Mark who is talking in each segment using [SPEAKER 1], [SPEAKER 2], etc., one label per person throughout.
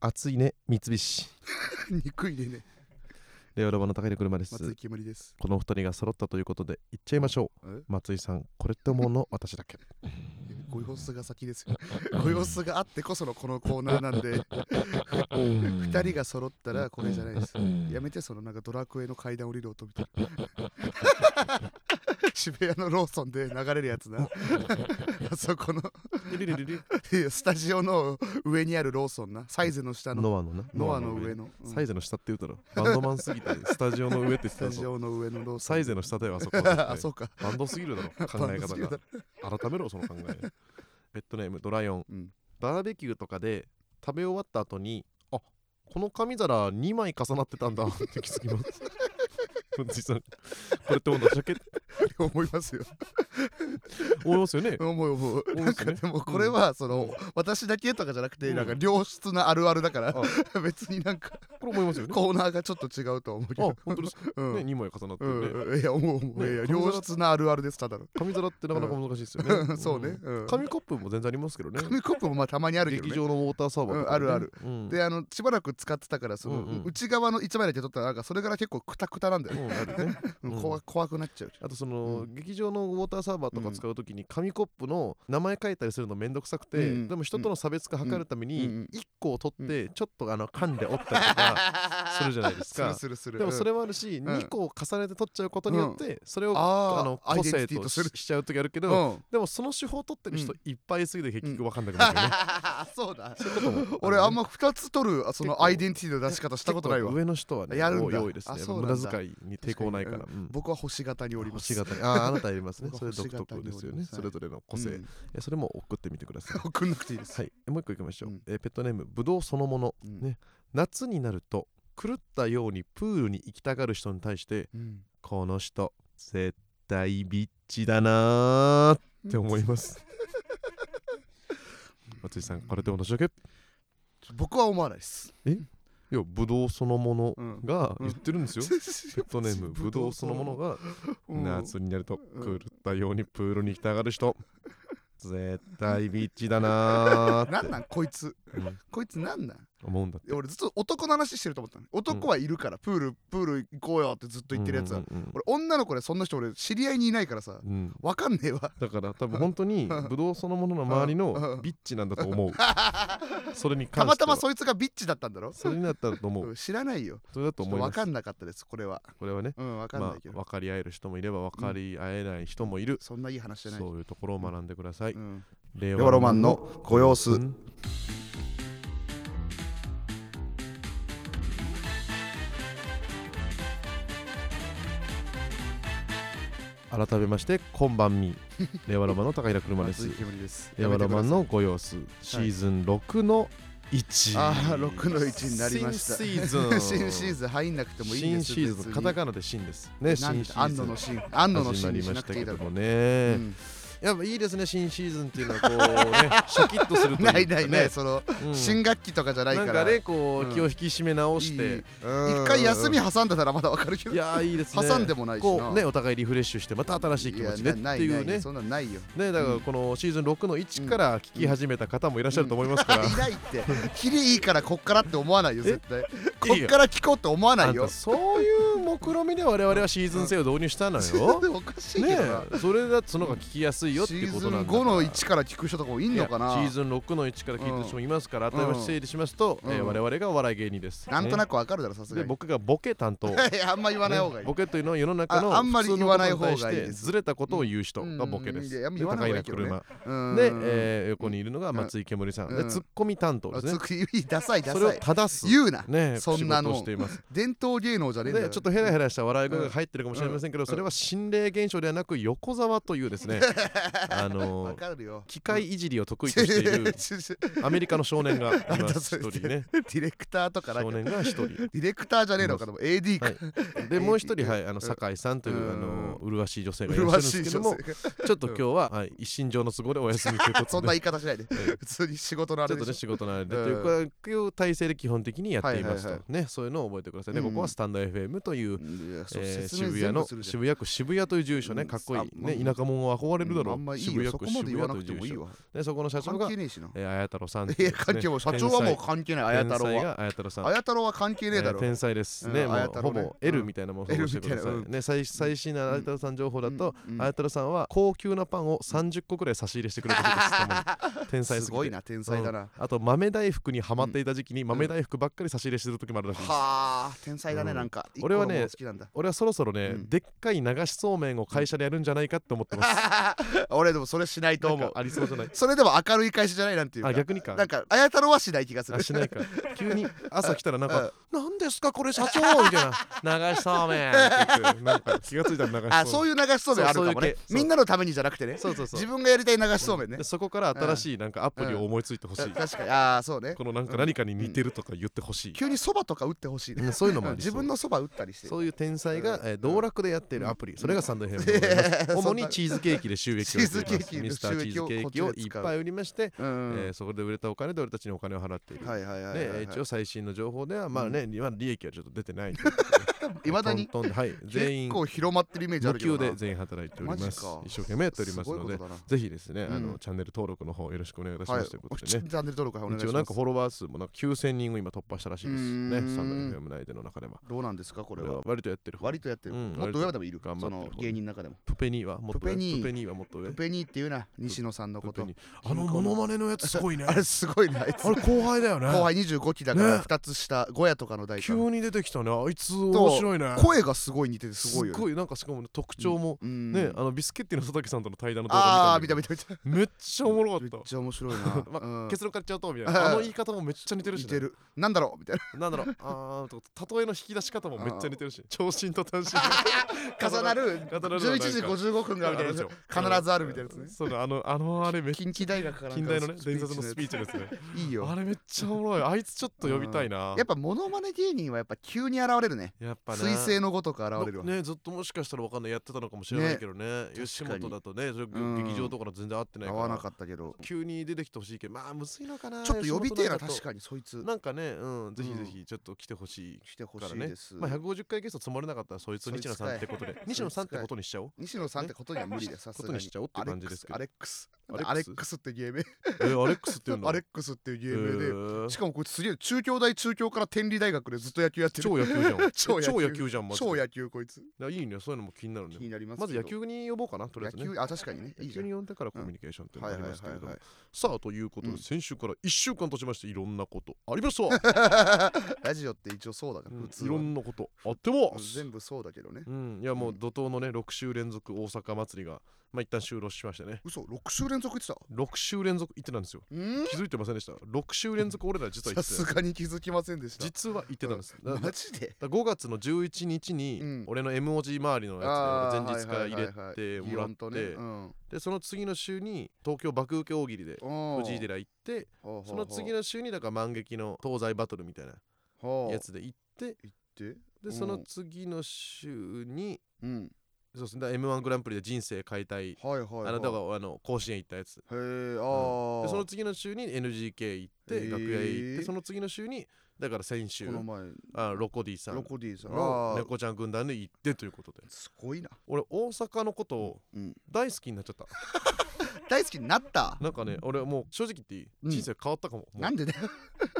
[SPEAKER 1] 熱いね三菱
[SPEAKER 2] 憎いでね。
[SPEAKER 1] レオロバの高い車です
[SPEAKER 2] 松井煙です。
[SPEAKER 1] このお二人が揃ったということで行っちゃいましょ
[SPEAKER 2] え
[SPEAKER 1] う松井さんこれって思うの私だけ
[SPEAKER 2] ご様子が先ですよ。ご様子があってこそのこのコーナーなんで、
[SPEAKER 3] 二
[SPEAKER 2] 二人が揃ったらこれじゃないです。や
[SPEAKER 3] め
[SPEAKER 2] めてそのなんかドラクエの階段降りる音みたいな。渋谷のローソンで流れるやつな。あそこのいやスタジオの上にあるローソンな。サイズの下の。
[SPEAKER 1] ノアのな
[SPEAKER 2] ノアの上の。うん
[SPEAKER 1] サイゼの下って言うたらバンドマンすぎてスタジオの上って言って
[SPEAKER 2] スタ
[SPEAKER 1] た
[SPEAKER 2] ジ
[SPEAKER 1] ぞ
[SPEAKER 2] オの上のローソン。
[SPEAKER 1] サイゼの下だよあそこは
[SPEAKER 2] あ、そうか。
[SPEAKER 1] バンドすぎるだろ考え
[SPEAKER 2] バンド
[SPEAKER 1] 方
[SPEAKER 2] すぎるだ
[SPEAKER 1] が改めろその考えペットネームドライオン
[SPEAKER 2] うん
[SPEAKER 1] バーベキューとかで食べ終わった後にあこの紙皿2枚重なってたんだって気づきます藤井さんこれって同じだけ
[SPEAKER 2] 思いますよ。
[SPEAKER 1] 思いますよね
[SPEAKER 2] 思う思う。
[SPEAKER 1] 思う
[SPEAKER 2] なん
[SPEAKER 1] っす
[SPEAKER 2] か
[SPEAKER 1] ね
[SPEAKER 2] でもこれはその、私だけとかじゃなくて、なんか良質なあるあるだから、 別になんか
[SPEAKER 1] これ思いますよね
[SPEAKER 2] コーナーがちょっと違うとは思うけど。
[SPEAKER 1] あ本当です
[SPEAKER 2] う
[SPEAKER 1] ね
[SPEAKER 2] ん。
[SPEAKER 1] 2枚重なって
[SPEAKER 2] う
[SPEAKER 1] るね、
[SPEAKER 2] ん、いや思う思う、
[SPEAKER 1] ね
[SPEAKER 2] いやいや良質なあるあるですただの、
[SPEAKER 1] 紙皿ってなかなか難しいですよね、ん
[SPEAKER 2] そうね、うん、紙
[SPEAKER 1] 紙コップも全然ありますけどね
[SPEAKER 2] コップもまあたまにあるけど、
[SPEAKER 1] 劇
[SPEAKER 2] ね、
[SPEAKER 1] 場のウォーターサーバーとかね、
[SPEAKER 2] うんあるある
[SPEAKER 1] うん、
[SPEAKER 2] であのしばらく使ってたからその、
[SPEAKER 1] うんうん
[SPEAKER 2] 内側の一枚だけ取ったらなんかそれから結構クタクタなんだよ
[SPEAKER 1] う
[SPEAKER 2] ね、
[SPEAKER 1] んあるね
[SPEAKER 2] う
[SPEAKER 1] う んん
[SPEAKER 2] 怖怖くなっちゃう
[SPEAKER 1] あとその、劇場のウォーターサーバーとか使うときに紙コップの名前書いたりするのめんどくさくて、
[SPEAKER 2] うん
[SPEAKER 1] でも人との差別化図るため
[SPEAKER 2] うんうん
[SPEAKER 1] に1個を取ってちょっとあの噛んで折ったりと かするじゃないです
[SPEAKER 2] する
[SPEAKER 1] か。
[SPEAKER 2] するする
[SPEAKER 1] でもそれ
[SPEAKER 2] は、
[SPEAKER 1] もあるし、
[SPEAKER 2] ん
[SPEAKER 1] 2個を重ねて取っちゃうことによってそれを、
[SPEAKER 2] あー
[SPEAKER 1] あの
[SPEAKER 2] アイ
[SPEAKER 1] 個
[SPEAKER 2] デンティ
[SPEAKER 1] 性
[SPEAKER 2] ティと
[SPEAKER 1] と
[SPEAKER 2] す
[SPEAKER 1] し
[SPEAKER 2] る
[SPEAKER 1] しちゃう時あるけ
[SPEAKER 2] う
[SPEAKER 1] ど、
[SPEAKER 2] ん、
[SPEAKER 1] でもその手法取ってる人
[SPEAKER 2] う
[SPEAKER 1] いっぱいすぎて結局分かんなくなるよ ね。
[SPEAKER 2] そうだ
[SPEAKER 1] そういうこともるね
[SPEAKER 2] 俺あんま2つ取るそのアイデンティティの出し方したことないわ
[SPEAKER 1] 結構上の人はね
[SPEAKER 2] やるんだ
[SPEAKER 1] 多い多いです
[SPEAKER 2] あ
[SPEAKER 1] ね
[SPEAKER 2] そうなんだ
[SPEAKER 1] 無駄遣いに抵抗ないから、
[SPEAKER 2] 確
[SPEAKER 1] うん
[SPEAKER 2] 僕は星型におりま
[SPEAKER 1] 星
[SPEAKER 2] す
[SPEAKER 1] 型にあーあなたやりますね
[SPEAKER 2] 僕
[SPEAKER 1] そ
[SPEAKER 2] は
[SPEAKER 1] れ
[SPEAKER 2] 星
[SPEAKER 1] 独
[SPEAKER 2] 型に
[SPEAKER 1] 特ですよ
[SPEAKER 2] おりま
[SPEAKER 1] ね
[SPEAKER 2] す
[SPEAKER 1] それぞれの個性、
[SPEAKER 2] うん
[SPEAKER 1] えそれも送ってみてください
[SPEAKER 2] 送んなくていいです、
[SPEAKER 1] はい、えもう一個いきましょう、
[SPEAKER 2] うん
[SPEAKER 1] えペットネームぶどうそのもの、
[SPEAKER 2] うん
[SPEAKER 1] ね夏になると狂ったようにプールに行きたがる人に対して
[SPEAKER 2] うん
[SPEAKER 1] この人絶対ビッチだなーって思います 松井さんこれで同じだけい
[SPEAKER 2] 僕は思わないです
[SPEAKER 1] やぶどうそのもの
[SPEAKER 2] うん
[SPEAKER 1] が言ってるんですよ、ペット ネー ムぶどうそのものが夏になると
[SPEAKER 2] うん
[SPEAKER 1] 狂ったようにプールに行きたがる人絶対ビッチだなー
[SPEAKER 2] な
[SPEAKER 1] って
[SPEAKER 2] んなんこいつ
[SPEAKER 1] うん
[SPEAKER 2] こいつなんなん
[SPEAKER 1] 思うんだって
[SPEAKER 2] 俺ずっと男の話してると思ったの男はいるから、プールプール行こうよってずっと言ってるやつ
[SPEAKER 1] う
[SPEAKER 2] は、
[SPEAKER 1] んうんうん
[SPEAKER 2] 俺女の子でそんな人俺知り合いにいないからさ
[SPEAKER 1] うん
[SPEAKER 2] わかんねえわ
[SPEAKER 1] だから多分本当にブドウそのものの周り
[SPEAKER 2] う
[SPEAKER 1] の
[SPEAKER 2] ん
[SPEAKER 1] ビッチなんだと 思うそれに関
[SPEAKER 2] たま
[SPEAKER 1] して
[SPEAKER 2] たま
[SPEAKER 1] は
[SPEAKER 2] そいつがビッチだったんだろ
[SPEAKER 1] それになったらと思
[SPEAKER 2] う
[SPEAKER 1] うん
[SPEAKER 2] 知らないよ
[SPEAKER 1] それだと思い
[SPEAKER 2] わ
[SPEAKER 1] ます
[SPEAKER 2] かんなかったですこれは
[SPEAKER 1] これはね
[SPEAKER 2] うんわかんな
[SPEAKER 1] ま
[SPEAKER 2] いけ
[SPEAKER 1] あ
[SPEAKER 2] ど、
[SPEAKER 1] 分かり合える人もいれば分かり合えない人もいる
[SPEAKER 2] そんないい話じゃない
[SPEAKER 1] そういうところを学んでください
[SPEAKER 2] うん
[SPEAKER 1] 令
[SPEAKER 2] ロマンのご様子
[SPEAKER 1] うん改めましてこんばん み令和ロマンの高平車です
[SPEAKER 2] 松井煙です
[SPEAKER 1] ヤマラマンのご様子シーズン6の1、
[SPEAKER 2] あー6の1になりました
[SPEAKER 1] 新シーズン
[SPEAKER 2] 新シーズン入んなくてもいいん
[SPEAKER 1] 新
[SPEAKER 2] です
[SPEAKER 1] シーズンカタカナで新ですね新
[SPEAKER 2] 新シ
[SPEAKER 1] シ
[SPEAKER 2] ー
[SPEAKER 1] ー
[SPEAKER 2] ズ
[SPEAKER 1] ズ
[SPEAKER 2] ン
[SPEAKER 1] ン
[SPEAKER 2] のシーン安野の
[SPEAKER 1] 始
[SPEAKER 2] シー
[SPEAKER 1] ま
[SPEAKER 2] ンに
[SPEAKER 1] り
[SPEAKER 2] し
[SPEAKER 1] ま
[SPEAKER 2] な
[SPEAKER 1] し
[SPEAKER 2] く
[SPEAKER 1] た
[SPEAKER 2] ていい
[SPEAKER 1] け
[SPEAKER 2] だ
[SPEAKER 1] ど
[SPEAKER 2] ろ
[SPEAKER 1] も
[SPEAKER 2] う、
[SPEAKER 1] ね、
[SPEAKER 2] うん
[SPEAKER 1] やっぱいいですね新シーズンっていうのはこ うねシャキッとするというか、
[SPEAKER 2] な
[SPEAKER 1] ね、
[SPEAKER 2] いないない、その、
[SPEAKER 1] うん
[SPEAKER 2] 新学期とかじゃない
[SPEAKER 1] な
[SPEAKER 2] か
[SPEAKER 1] ん
[SPEAKER 2] ら
[SPEAKER 1] かねこ
[SPEAKER 2] うん
[SPEAKER 1] う気を引き締め直して、うん
[SPEAKER 2] 一回休み挟んでたらまだわかるけ
[SPEAKER 1] い
[SPEAKER 2] ど
[SPEAKER 1] やーいいですね
[SPEAKER 2] 挟んでもないし
[SPEAKER 1] こ
[SPEAKER 2] な
[SPEAKER 1] うねお互いリフレッシュしてまた新しい気持ちでって
[SPEAKER 2] やなないな
[SPEAKER 1] うね
[SPEAKER 2] そんなんな いよ
[SPEAKER 1] ねだからこのシーズン6の1から聞き始めた方もいらっしゃると思いますから、
[SPEAKER 2] いないってキリいいからこっからって思わないよ絶対こ
[SPEAKER 1] いい
[SPEAKER 2] っ
[SPEAKER 1] よ
[SPEAKER 2] から聞こうって思わない
[SPEAKER 1] あ
[SPEAKER 2] よ
[SPEAKER 1] んたそういう目論みで我々はシーズン制を導入したのよ。
[SPEAKER 2] おかしいけ
[SPEAKER 1] ね
[SPEAKER 2] どな、
[SPEAKER 1] えそれだとその方が聞きやすいよって
[SPEAKER 2] シ
[SPEAKER 1] いう
[SPEAKER 2] ー
[SPEAKER 1] こ
[SPEAKER 2] ズ
[SPEAKER 1] と
[SPEAKER 2] ン
[SPEAKER 1] なんだ
[SPEAKER 2] 5の1から聞く人とかもいんのか
[SPEAKER 1] い
[SPEAKER 2] な
[SPEAKER 1] やシーズン6の1から聞いてる人もいますから、改めて整理しますと、
[SPEAKER 2] うん
[SPEAKER 1] えー我々がお笑い芸人です。
[SPEAKER 2] なんと
[SPEAKER 1] ね
[SPEAKER 2] なくわかるだろさすが
[SPEAKER 1] で
[SPEAKER 2] に
[SPEAKER 1] 僕がボケ担当。
[SPEAKER 2] い やあんま言わない方がい
[SPEAKER 1] ね
[SPEAKER 2] い、
[SPEAKER 1] ボケというのは世の中の
[SPEAKER 2] ああんまり
[SPEAKER 1] 普通の
[SPEAKER 2] 言わない
[SPEAKER 1] ことに対して
[SPEAKER 2] 方がいいです
[SPEAKER 1] ずれたことを言う人がボケで
[SPEAKER 2] うん
[SPEAKER 1] す。
[SPEAKER 2] いや
[SPEAKER 1] で
[SPEAKER 2] 言わない方がいい
[SPEAKER 1] 高
[SPEAKER 2] けどね
[SPEAKER 1] 平
[SPEAKER 2] うん
[SPEAKER 1] 車で、えー横にいるのが松井けむりさん、
[SPEAKER 2] うん
[SPEAKER 1] でツッコミ担当ですね
[SPEAKER 2] つ。くいい ダサいダ
[SPEAKER 1] それを
[SPEAKER 2] サい
[SPEAKER 1] 正す。
[SPEAKER 2] 言うな
[SPEAKER 1] ねえ、
[SPEAKER 2] そんなの
[SPEAKER 1] 仕事をしています。
[SPEAKER 2] 伝統芸能じゃねえんだよ
[SPEAKER 1] でちょっとヘラヘラした笑い声が入ってるかもしれませんけど、
[SPEAKER 2] ん
[SPEAKER 1] それは心霊現象ではなく横沢というですねあ
[SPEAKER 2] わ
[SPEAKER 1] の
[SPEAKER 2] かるよ
[SPEAKER 1] 機械いじりを得意としてい
[SPEAKER 2] 違う違う
[SPEAKER 1] るアメリカの少年がい
[SPEAKER 2] あん
[SPEAKER 1] ま
[SPEAKER 2] た
[SPEAKER 1] す
[SPEAKER 2] それ
[SPEAKER 1] 一人ね
[SPEAKER 2] ディレクターとかなん
[SPEAKER 1] 少
[SPEAKER 2] か
[SPEAKER 1] 年が一人
[SPEAKER 2] ディレクターじゃねえのかでも AD か、
[SPEAKER 1] はいでもう一人、はい、あ
[SPEAKER 2] うん
[SPEAKER 1] の酒井さんという、あの麗しい女性がいらっしゃる
[SPEAKER 2] 麗
[SPEAKER 1] ん
[SPEAKER 2] し
[SPEAKER 1] で
[SPEAKER 2] い
[SPEAKER 1] すけど
[SPEAKER 2] 女性
[SPEAKER 1] も ちょっと今日は、はい、一身上の都合でお休みということ
[SPEAKER 2] が
[SPEAKER 1] で
[SPEAKER 2] そんな言い方しな いで
[SPEAKER 1] ええ
[SPEAKER 2] 普通に仕事のあ
[SPEAKER 1] ち
[SPEAKER 2] れ
[SPEAKER 1] ょっと
[SPEAKER 2] で
[SPEAKER 1] ね
[SPEAKER 2] し
[SPEAKER 1] 仕事のあれでと
[SPEAKER 2] うん
[SPEAKER 1] いうかいう体制で基本的にやっていますと、
[SPEAKER 2] はいはい
[SPEAKER 1] ねそういうのを覚えてくださいね、
[SPEAKER 2] うん
[SPEAKER 1] ここはスタンド FM という、いう、
[SPEAKER 2] いやそう
[SPEAKER 1] えー
[SPEAKER 2] 説明
[SPEAKER 1] 渋谷の
[SPEAKER 2] 全部するじゃ
[SPEAKER 1] 渋谷
[SPEAKER 2] ん
[SPEAKER 1] 区渋谷という住所ね
[SPEAKER 2] うん
[SPEAKER 1] かっこいい、
[SPEAKER 2] あ
[SPEAKER 1] ね
[SPEAKER 2] ま
[SPEAKER 1] 田
[SPEAKER 2] あ
[SPEAKER 1] 舎者は憧れるだろう、
[SPEAKER 2] うんあんまいい
[SPEAKER 1] 渋
[SPEAKER 2] よ
[SPEAKER 1] 谷区
[SPEAKER 2] そこまで
[SPEAKER 1] 渋
[SPEAKER 2] 言わ
[SPEAKER 1] 谷
[SPEAKER 2] な
[SPEAKER 1] という
[SPEAKER 2] くても
[SPEAKER 1] 住
[SPEAKER 2] いい
[SPEAKER 1] 所
[SPEAKER 2] わ
[SPEAKER 1] でそこの社長
[SPEAKER 2] 関
[SPEAKER 1] が
[SPEAKER 2] 係ねえしな
[SPEAKER 1] えー綾太郎さんって
[SPEAKER 2] い
[SPEAKER 1] いう
[SPEAKER 2] や
[SPEAKER 1] ですね
[SPEAKER 2] 関係もう社長はもう関係ない綾太郎
[SPEAKER 1] 天才
[SPEAKER 2] は
[SPEAKER 1] が綾太郎さん
[SPEAKER 2] 綾太郎は関係ねえだろ
[SPEAKER 1] ー天才ですね、
[SPEAKER 2] うん
[SPEAKER 1] も
[SPEAKER 2] 綾
[SPEAKER 1] う
[SPEAKER 2] 太
[SPEAKER 1] ほ
[SPEAKER 2] 郎ね
[SPEAKER 1] ぼ
[SPEAKER 2] うん
[SPEAKER 1] L みたいなものを想像してください、
[SPEAKER 2] L みたい
[SPEAKER 1] ね最最新な綾太郎さん情報だと、
[SPEAKER 2] うんうん
[SPEAKER 1] 綾太郎さんは高級なパンを30個くらい差し入れしてくれたそうです たまに天才すぎて
[SPEAKER 2] すごいな天才だな、
[SPEAKER 1] あと豆大福にハマっていた時期に豆大福ばっかり差し入れしてる時もあるらしいです、
[SPEAKER 2] はあ天才だね、
[SPEAKER 1] うん
[SPEAKER 2] なんか
[SPEAKER 1] 俺はね
[SPEAKER 2] 一個のもの好きなんだ
[SPEAKER 1] 俺はそろそろね、
[SPEAKER 2] うん
[SPEAKER 1] でっかい流しそうめんを会社でやるんじゃないかって思って ます
[SPEAKER 2] 俺でもそれしないと
[SPEAKER 1] どう
[SPEAKER 2] 思う
[SPEAKER 1] もありそう じゃない
[SPEAKER 2] それでも明るい会社じゃないなんていうか
[SPEAKER 1] あ逆にか
[SPEAKER 2] なんか綾太郎はしない気がする
[SPEAKER 1] あし ないか急に朝来たらなん
[SPEAKER 2] うん
[SPEAKER 1] か「何ですかこれ社長」みたい な「流しそうめん」って言ってなんか気がついたら流しそうめん
[SPEAKER 2] あそういう流しそうめんあるかも
[SPEAKER 1] そうそうい
[SPEAKER 2] ね
[SPEAKER 1] う系そう
[SPEAKER 2] みんなのためにじゃなくてね
[SPEAKER 1] そうそうそう
[SPEAKER 2] 自分がやりたい流しそうめんね
[SPEAKER 1] でそこから新しいなんかアプリを思いついてほしい、
[SPEAKER 2] 確かにああそうね
[SPEAKER 1] このなんか何かに似てるとか言ってほしい、
[SPEAKER 2] 急にそばとか打ってほしいね
[SPEAKER 1] うんそういうのもありそ
[SPEAKER 2] 自
[SPEAKER 1] う
[SPEAKER 2] 分のそば打ったりして
[SPEAKER 1] そういう天才が、えー道楽でやっているアプリ、それがサンドヘムでございます
[SPEAKER 2] え
[SPEAKER 1] 主にチーズケーキで収益をして
[SPEAKER 2] チーズ
[SPEAKER 1] い
[SPEAKER 2] ケ
[SPEAKER 1] ま
[SPEAKER 2] ー
[SPEAKER 1] す
[SPEAKER 2] キの
[SPEAKER 1] ミスターチーズケーキをいっぱい売りまして、
[SPEAKER 2] うんうん
[SPEAKER 1] えーそこで売れたお金で俺たちにお金を払っている、
[SPEAKER 2] はいはいはい
[SPEAKER 1] で
[SPEAKER 2] はいはい
[SPEAKER 1] 一応最新の情報ではまあね、今利益はちょっと出て ない
[SPEAKER 2] いまだに
[SPEAKER 1] トントンで はい全員
[SPEAKER 2] 結構広まってるイメージあ
[SPEAKER 1] 無
[SPEAKER 2] るけど
[SPEAKER 1] 給
[SPEAKER 2] な
[SPEAKER 1] で全員働いておりま
[SPEAKER 2] マジ
[SPEAKER 1] す
[SPEAKER 2] か
[SPEAKER 1] 一生懸命やっておりますす
[SPEAKER 2] ごい
[SPEAKER 1] の
[SPEAKER 2] こ
[SPEAKER 1] で
[SPEAKER 2] とだな
[SPEAKER 1] ぜひですね、あ
[SPEAKER 2] うん
[SPEAKER 1] のチャンネル登録の方よろしくお願いいたし
[SPEAKER 2] は
[SPEAKER 1] ま
[SPEAKER 2] い
[SPEAKER 1] す、というこ
[SPEAKER 2] お
[SPEAKER 1] と
[SPEAKER 2] チ
[SPEAKER 1] で
[SPEAKER 2] ャ
[SPEAKER 1] ね
[SPEAKER 2] ンネル登録はいお願いし
[SPEAKER 1] 一応
[SPEAKER 2] ま
[SPEAKER 1] な
[SPEAKER 2] す
[SPEAKER 1] んかフォロワー数もなんか9000人を今突破したらしいですね
[SPEAKER 2] うーん
[SPEAKER 1] サンド FM 内での中では
[SPEAKER 2] どうなんですかこ
[SPEAKER 1] こ
[SPEAKER 2] れ
[SPEAKER 1] れは
[SPEAKER 2] は
[SPEAKER 1] 割とやってる方
[SPEAKER 2] 割とやってる
[SPEAKER 1] うん
[SPEAKER 2] もっと上でもいる
[SPEAKER 1] 頑張
[SPEAKER 2] そ
[SPEAKER 1] ってる
[SPEAKER 2] の芸人の中でも
[SPEAKER 1] プペニーはもっと上
[SPEAKER 2] プペニー
[SPEAKER 1] プペニーはもっと上
[SPEAKER 2] プペニーっていうな西野さんのこ
[SPEAKER 1] プペ
[SPEAKER 2] と
[SPEAKER 1] ニーあのモノマネのやつすごいね
[SPEAKER 2] あれすごいなあいつ
[SPEAKER 1] あれ後輩だよね
[SPEAKER 2] 後輩25期だから
[SPEAKER 1] ね
[SPEAKER 2] 2つ下5やとかの代
[SPEAKER 1] 急
[SPEAKER 2] から
[SPEAKER 1] に出てきたねあいつ面白いね
[SPEAKER 2] 声がすごい似ててすごいよ
[SPEAKER 1] すっ
[SPEAKER 2] ね
[SPEAKER 1] ごいなんかしかもね特徴も
[SPEAKER 2] うん
[SPEAKER 1] ねあのビスケッティの佐竹さんとの対談の動
[SPEAKER 2] あ
[SPEAKER 1] 画
[SPEAKER 2] あ見た見
[SPEAKER 1] た
[SPEAKER 2] た見た
[SPEAKER 1] めっちゃおもろか
[SPEAKER 2] めっ
[SPEAKER 1] った
[SPEAKER 2] ちゃ面白いな
[SPEAKER 1] まあ
[SPEAKER 2] うん
[SPEAKER 1] 結論から言っちゃうとみたいなあの言い方もめっちゃ似てるし
[SPEAKER 2] 似
[SPEAKER 1] ね
[SPEAKER 2] てるなんだろうみたい
[SPEAKER 1] なんだろうあーとか例えの引き出し方もめっちゃ似てるし長身と短身
[SPEAKER 2] な 重なる
[SPEAKER 1] 重なる
[SPEAKER 2] 11時55分があるから必ずあるみたいなやつね
[SPEAKER 1] そうだあのあのあれめっちゃ
[SPEAKER 2] 近畿大学から
[SPEAKER 1] 近代のね伝説のスピーチのやつね
[SPEAKER 2] チいいよ
[SPEAKER 1] あれめっちゃおもろいあいつちょっと呼びたいな
[SPEAKER 2] やっぱモノマネ芸人はやっぱ急に現れるね
[SPEAKER 1] やっぱね
[SPEAKER 2] 彗星のごとく現れるわ、
[SPEAKER 1] ねずっともしかしたらわかんないやってたのかもしれないけどね吉本だとねそれ
[SPEAKER 2] うん
[SPEAKER 1] 劇場とかの全然合ってない
[SPEAKER 2] 合
[SPEAKER 1] から
[SPEAKER 2] わなかったけど
[SPEAKER 1] 急に出てきてほしいけどまあむずいのかな
[SPEAKER 2] ちょっと呼びてえな
[SPEAKER 1] 吉本だと
[SPEAKER 2] 確かにそいつ
[SPEAKER 1] なんかねうんぜひぜひちょっと来てほしい
[SPEAKER 2] 来てほ
[SPEAKER 1] か
[SPEAKER 2] し
[SPEAKER 1] ら
[SPEAKER 2] い
[SPEAKER 1] ね
[SPEAKER 2] です、
[SPEAKER 1] まあ150回ゲスト積もれなかったらそいつ
[SPEAKER 2] そいつ
[SPEAKER 1] 西野さんってことで
[SPEAKER 2] かい
[SPEAKER 1] 西野さんってことにし ちゃおう
[SPEAKER 2] 西野さんってことには無理でさす
[SPEAKER 1] こ
[SPEAKER 2] が
[SPEAKER 1] と
[SPEAKER 2] に
[SPEAKER 1] にしちゃおうって感じですけど
[SPEAKER 2] アレックスア
[SPEAKER 1] アレ
[SPEAKER 2] レッ
[SPEAKER 1] ッ
[SPEAKER 2] ク
[SPEAKER 1] クス
[SPEAKER 2] スアレックスって芸名
[SPEAKER 1] えーアレックスって言うんだ
[SPEAKER 2] アレックスっていう芸名で、
[SPEAKER 1] えー
[SPEAKER 2] しかもこいつすげえ中京大中京から天理大学でずっと野球やってる
[SPEAKER 1] 超野球じゃん
[SPEAKER 2] 超野球
[SPEAKER 1] 超野球じゃんマジで
[SPEAKER 2] 超野球こいつ
[SPEAKER 1] いやいいねそういうのも気になるね
[SPEAKER 2] 気になりますけ
[SPEAKER 1] ま
[SPEAKER 2] ど
[SPEAKER 1] ず野球に呼ぼうかなとりあえずね
[SPEAKER 2] 野球あ確かにねいい
[SPEAKER 1] 野
[SPEAKER 2] じ
[SPEAKER 1] 球
[SPEAKER 2] ゃん
[SPEAKER 1] に呼んでからコミュニケーションっていうの
[SPEAKER 2] は
[SPEAKER 1] が
[SPEAKER 2] い
[SPEAKER 1] あ
[SPEAKER 2] はい
[SPEAKER 1] り
[SPEAKER 2] は
[SPEAKER 1] ます
[SPEAKER 2] い
[SPEAKER 1] けれども
[SPEAKER 2] はい
[SPEAKER 1] さあということ
[SPEAKER 2] うん
[SPEAKER 1] で先週から1週間経ちましていろんなことありました
[SPEAKER 2] ラジオって一応そうだから、
[SPEAKER 1] うん
[SPEAKER 2] 普
[SPEAKER 1] い
[SPEAKER 2] 通は
[SPEAKER 1] ろんなことあってます
[SPEAKER 2] 全部そうだけどね
[SPEAKER 1] うんいやもう怒涛のね6週連続大阪祭りがまあ一旦終了しましたね
[SPEAKER 2] 嘘6週連続言ってた
[SPEAKER 1] 6週連続行ってたんですよ
[SPEAKER 2] うん
[SPEAKER 1] 気づいてませんでした6週連続俺ら実は行
[SPEAKER 2] さ
[SPEAKER 1] ってた
[SPEAKER 2] すがに気づきませんでした
[SPEAKER 1] 実は行ってたんですだ
[SPEAKER 2] マジで
[SPEAKER 1] だ5月の11日
[SPEAKER 2] う
[SPEAKER 1] に
[SPEAKER 2] ん
[SPEAKER 1] 俺の M 文字周りのやつで前日から入れてもらっ
[SPEAKER 2] と
[SPEAKER 1] てでその次の週に東京爆受け大喜利で藤井寺行ってその次
[SPEAKER 2] の
[SPEAKER 1] の週にだから満劇の東西バトルみたいなやつで行って
[SPEAKER 2] で
[SPEAKER 1] でその次の週に
[SPEAKER 2] うん
[SPEAKER 1] そうですね m 1グランプリで人生解体
[SPEAKER 2] はいはい
[SPEAKER 1] あ
[SPEAKER 2] はい
[SPEAKER 1] のだからあの甲子園行ったやつ
[SPEAKER 2] へえあ
[SPEAKER 1] うん
[SPEAKER 2] ー
[SPEAKER 1] でその次の週に NGK 行っ
[SPEAKER 2] へ
[SPEAKER 1] て
[SPEAKER 2] ー
[SPEAKER 1] 楽屋へ行ってその次の週にだから先週
[SPEAKER 2] この前
[SPEAKER 1] あロコディさ
[SPEAKER 2] ロ
[SPEAKER 1] ん
[SPEAKER 2] コディさん
[SPEAKER 1] の
[SPEAKER 2] あー
[SPEAKER 1] 猫ちゃん軍団で行ってということです
[SPEAKER 2] ごいな
[SPEAKER 1] 俺大阪のことを
[SPEAKER 2] うん
[SPEAKER 1] 大好きになっちゃった
[SPEAKER 2] 大好きになった
[SPEAKER 1] なんかね俺もう正直言っていい
[SPEAKER 2] うん
[SPEAKER 1] 人生変わったかも,もう、
[SPEAKER 2] なんでだよ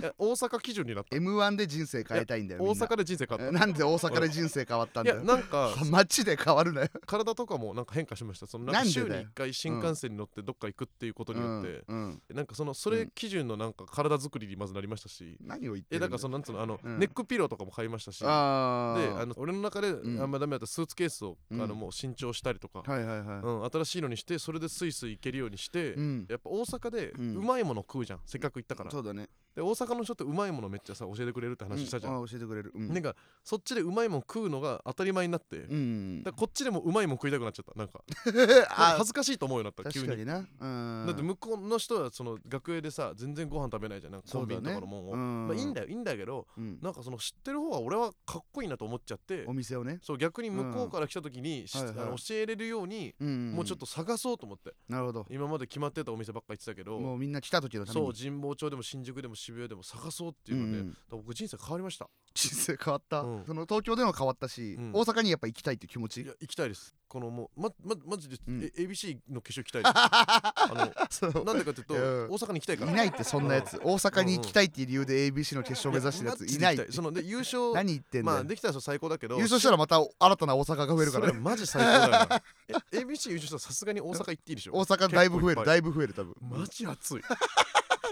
[SPEAKER 1] いや大阪基準になった
[SPEAKER 2] M1 で人生変えたいんだよ
[SPEAKER 1] 大
[SPEAKER 2] みんな
[SPEAKER 1] 阪で人生変わっ
[SPEAKER 2] なんで大阪で人生変わっ
[SPEAKER 1] た
[SPEAKER 2] たん
[SPEAKER 1] い
[SPEAKER 2] だ
[SPEAKER 1] や
[SPEAKER 2] よ
[SPEAKER 1] なんか
[SPEAKER 2] 街で変わるなよ
[SPEAKER 1] 体とかもなんか変化しましたそのなんか
[SPEAKER 2] なん
[SPEAKER 1] 週
[SPEAKER 2] でだよ
[SPEAKER 1] に1回新幹線に乗ってどっか行くっていうことによって、
[SPEAKER 2] うんうん
[SPEAKER 1] なんかそのそうれ
[SPEAKER 2] ん
[SPEAKER 1] 基準のなんか体作りにまずなりましたし、
[SPEAKER 2] 何を言っ
[SPEAKER 1] え
[SPEAKER 2] てる
[SPEAKER 1] なんかそのなんつうのあの、
[SPEAKER 2] うん
[SPEAKER 1] ネックピローとかも買いましたしであ
[SPEAKER 2] あー
[SPEAKER 1] の俺の中であ
[SPEAKER 2] ん
[SPEAKER 1] んまダメだったスーツケースを、
[SPEAKER 2] うん
[SPEAKER 1] あのもう新調したりとか、
[SPEAKER 2] はいはいは
[SPEAKER 1] うん、新しいのにしてそれでスイスイ行けるようにして、
[SPEAKER 2] いうん
[SPEAKER 1] やっぱ大阪で
[SPEAKER 2] う
[SPEAKER 1] うんまいもの食うじゃん、せっかく行ったから
[SPEAKER 2] そうだね
[SPEAKER 1] で大阪の人ってうまいものめっちゃさ教えてくれるって話したじゃん、
[SPEAKER 2] うんあー教えてくれるうん
[SPEAKER 1] なんかそっちでうまいもん食うのが当たり前になって、
[SPEAKER 2] う
[SPEAKER 1] だか
[SPEAKER 2] ん
[SPEAKER 1] らこっちでもうまいもん食いたくなっちゃったなんか
[SPEAKER 2] あ
[SPEAKER 1] 恥ずかしいと思うようになった急
[SPEAKER 2] 確か
[SPEAKER 1] に
[SPEAKER 2] になうん
[SPEAKER 1] だって向こうの人はその学園でさ全然ご飯食べないじゃんなんかコンビニとかのもんを、
[SPEAKER 2] そうだねうん
[SPEAKER 1] まあいいんだよいいんだけど
[SPEAKER 2] うん
[SPEAKER 1] なんかその知ってる方は俺はかっこいいなと思っちゃって
[SPEAKER 2] お店をね
[SPEAKER 1] そう逆に向こうから来た時に、し
[SPEAKER 2] はいは
[SPEAKER 1] あ
[SPEAKER 2] い
[SPEAKER 1] の教えれるように、
[SPEAKER 2] うん
[SPEAKER 1] もうちょっと探そうと思って
[SPEAKER 2] なるほど
[SPEAKER 1] 今まで決まってたお店ばっか行ってたけど
[SPEAKER 2] もうみんな来た時のため
[SPEAKER 1] そう
[SPEAKER 2] に
[SPEAKER 1] 神保町でも新宿でも渋谷でも探そうっていううんので、
[SPEAKER 2] う
[SPEAKER 1] だ
[SPEAKER 2] ん
[SPEAKER 1] から僕人生変わりました
[SPEAKER 2] 人生変わった、
[SPEAKER 1] うん
[SPEAKER 2] その東京でも変わったし、
[SPEAKER 1] うん
[SPEAKER 2] 大阪にやっぱ行きたいっていう気持ち
[SPEAKER 1] いや行きたいですこのもうままマジで、
[SPEAKER 2] うん
[SPEAKER 1] え ABC の決勝行きたい ですあ
[SPEAKER 2] そう
[SPEAKER 1] のなんでかっていうと、
[SPEAKER 2] うん
[SPEAKER 1] 大阪に行きたいから
[SPEAKER 2] いないってそんなやつ大阪に行きたいっていう理由で ABC の決勝を目指してるやついないっ
[SPEAKER 1] やマジで行きた
[SPEAKER 2] て
[SPEAKER 1] そので優勝
[SPEAKER 2] 何言ってんだ
[SPEAKER 1] まあ
[SPEAKER 2] よ、
[SPEAKER 1] できた人最高だけど
[SPEAKER 2] 優勝したらまた新たな大阪が増えるから
[SPEAKER 1] そ
[SPEAKER 2] ね
[SPEAKER 1] れマジ最高だよ なえ ABC 優勝したらさすがに大阪行っていいでしょ
[SPEAKER 2] 大阪だいぶ増
[SPEAKER 1] 結構いっ
[SPEAKER 2] え
[SPEAKER 1] ぱ
[SPEAKER 2] る
[SPEAKER 1] い
[SPEAKER 2] だいぶ増える多分
[SPEAKER 1] マジ 熱い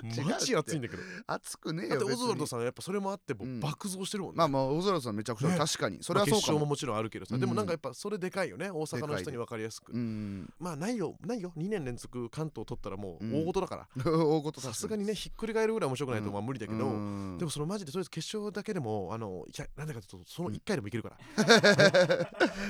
[SPEAKER 2] 違う
[SPEAKER 1] マジ熱いんだけど
[SPEAKER 2] 熱くねえ
[SPEAKER 1] だって
[SPEAKER 2] よ
[SPEAKER 1] オ
[SPEAKER 2] 別
[SPEAKER 1] ズワルド
[SPEAKER 2] に
[SPEAKER 1] さんやっぱそれもあっても
[SPEAKER 2] う
[SPEAKER 1] うん爆増してるもんね、
[SPEAKER 2] まあまあ大空さんめちゃくちゃ
[SPEAKER 1] ね
[SPEAKER 2] 確かにそ
[SPEAKER 1] そ
[SPEAKER 2] れはそう
[SPEAKER 1] 決
[SPEAKER 2] か
[SPEAKER 1] 勝も
[SPEAKER 2] も
[SPEAKER 1] もちろんあるけどさ、
[SPEAKER 2] うん
[SPEAKER 1] でもなんかやっぱそれでかいよね大阪の
[SPEAKER 2] でか
[SPEAKER 1] 人
[SPEAKER 2] い
[SPEAKER 1] に分かりやすく
[SPEAKER 2] うん
[SPEAKER 1] まあないよないよ2年連続関東取ったらも
[SPEAKER 2] う
[SPEAKER 1] うん大事だから、
[SPEAKER 2] 大事
[SPEAKER 1] さすがにねひっくり返るぐらい面白くないと
[SPEAKER 2] うん
[SPEAKER 1] まあ無理だけど、でもそのマジでとりあえず決勝だけでもあのいやなんだかというとその1回でもいける から、決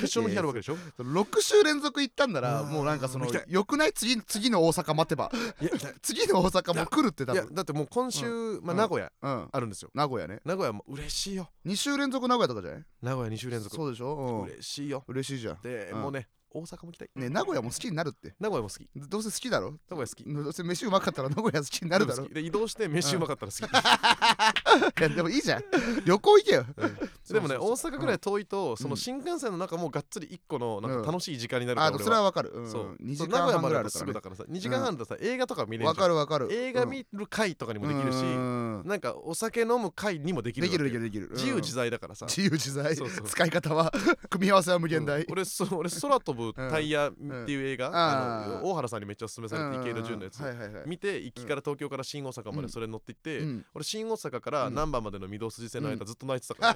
[SPEAKER 1] 勝の日あるわけでしょ
[SPEAKER 2] 6週連続行ったんなら
[SPEAKER 1] うん
[SPEAKER 2] もうなんかその
[SPEAKER 1] 行きた
[SPEAKER 2] よくない次次の大阪待てば
[SPEAKER 1] いやいや
[SPEAKER 2] 次の大阪も来るって多
[SPEAKER 1] いや
[SPEAKER 2] 分
[SPEAKER 1] だってもう今週、まあ、
[SPEAKER 2] うん
[SPEAKER 1] 名古屋
[SPEAKER 2] うん
[SPEAKER 1] あるんですよ
[SPEAKER 2] 名古屋ね
[SPEAKER 1] 名古屋も嬉しいよ
[SPEAKER 2] 2週連続名古屋とかじゃない
[SPEAKER 1] 名古屋2週連続
[SPEAKER 2] そうでしょうん
[SPEAKER 1] 嬉しいよ
[SPEAKER 2] 嬉しいじゃん
[SPEAKER 1] で、
[SPEAKER 2] うん
[SPEAKER 1] もうね大阪も行きたい
[SPEAKER 2] ね名古屋も好きになるって
[SPEAKER 1] 名古屋も好き
[SPEAKER 2] どうせ好きだろ
[SPEAKER 1] 名古屋好き
[SPEAKER 2] どうせ飯うまかったら名古屋好きになるだろ
[SPEAKER 1] 好きで移動して飯うまかったら 好き、
[SPEAKER 2] いやでもいいじゃん旅行行けよ
[SPEAKER 1] でもね
[SPEAKER 2] そうそうそう
[SPEAKER 1] 大阪ぐらい遠いと、そうの
[SPEAKER 2] ん
[SPEAKER 1] 新幹線の中もがっつり1個のなんか楽しい時間になるから、
[SPEAKER 2] あでも
[SPEAKER 1] 俺
[SPEAKER 2] それはわかるうん
[SPEAKER 1] そう
[SPEAKER 2] 2
[SPEAKER 1] そ
[SPEAKER 2] 時
[SPEAKER 1] う名
[SPEAKER 2] 間
[SPEAKER 1] 古屋
[SPEAKER 2] 半
[SPEAKER 1] ま
[SPEAKER 2] ぐ
[SPEAKER 1] で
[SPEAKER 2] らい
[SPEAKER 1] だと
[SPEAKER 2] ある
[SPEAKER 1] す
[SPEAKER 2] か
[SPEAKER 1] ぐだ
[SPEAKER 2] らね
[SPEAKER 1] からさ2時間半だとさ映画とか見れる
[SPEAKER 2] わ
[SPEAKER 1] じゃ
[SPEAKER 2] か
[SPEAKER 1] ん
[SPEAKER 2] るわかる
[SPEAKER 1] 映画
[SPEAKER 2] うん
[SPEAKER 1] 見る会とかにもできるし、
[SPEAKER 2] うん
[SPEAKER 1] なんかお酒飲む会にもできる
[SPEAKER 2] できる
[SPEAKER 1] わ
[SPEAKER 2] で
[SPEAKER 1] け
[SPEAKER 2] き
[SPEAKER 1] よ
[SPEAKER 2] るできるうん
[SPEAKER 1] 自由自在だからさ、
[SPEAKER 2] 自由自在
[SPEAKER 1] そうそう
[SPEAKER 2] 使い方は 組み合わせは無限
[SPEAKER 1] う
[SPEAKER 2] 大
[SPEAKER 1] ん俺そ俺空飛ぶタイヤっていう映画、
[SPEAKER 2] ん
[SPEAKER 1] あ
[SPEAKER 2] あ
[SPEAKER 1] の
[SPEAKER 2] ー
[SPEAKER 1] 大原さんにめっちゃおすすめされて池井戸潤のやつ、
[SPEAKER 2] はいはいはい
[SPEAKER 1] 見て行きから東京から新大阪までそれに乗って行って、
[SPEAKER 2] うん
[SPEAKER 1] 俺新大阪から
[SPEAKER 2] うん
[SPEAKER 1] 難波までの御堂筋線の間ずっと泣いてたか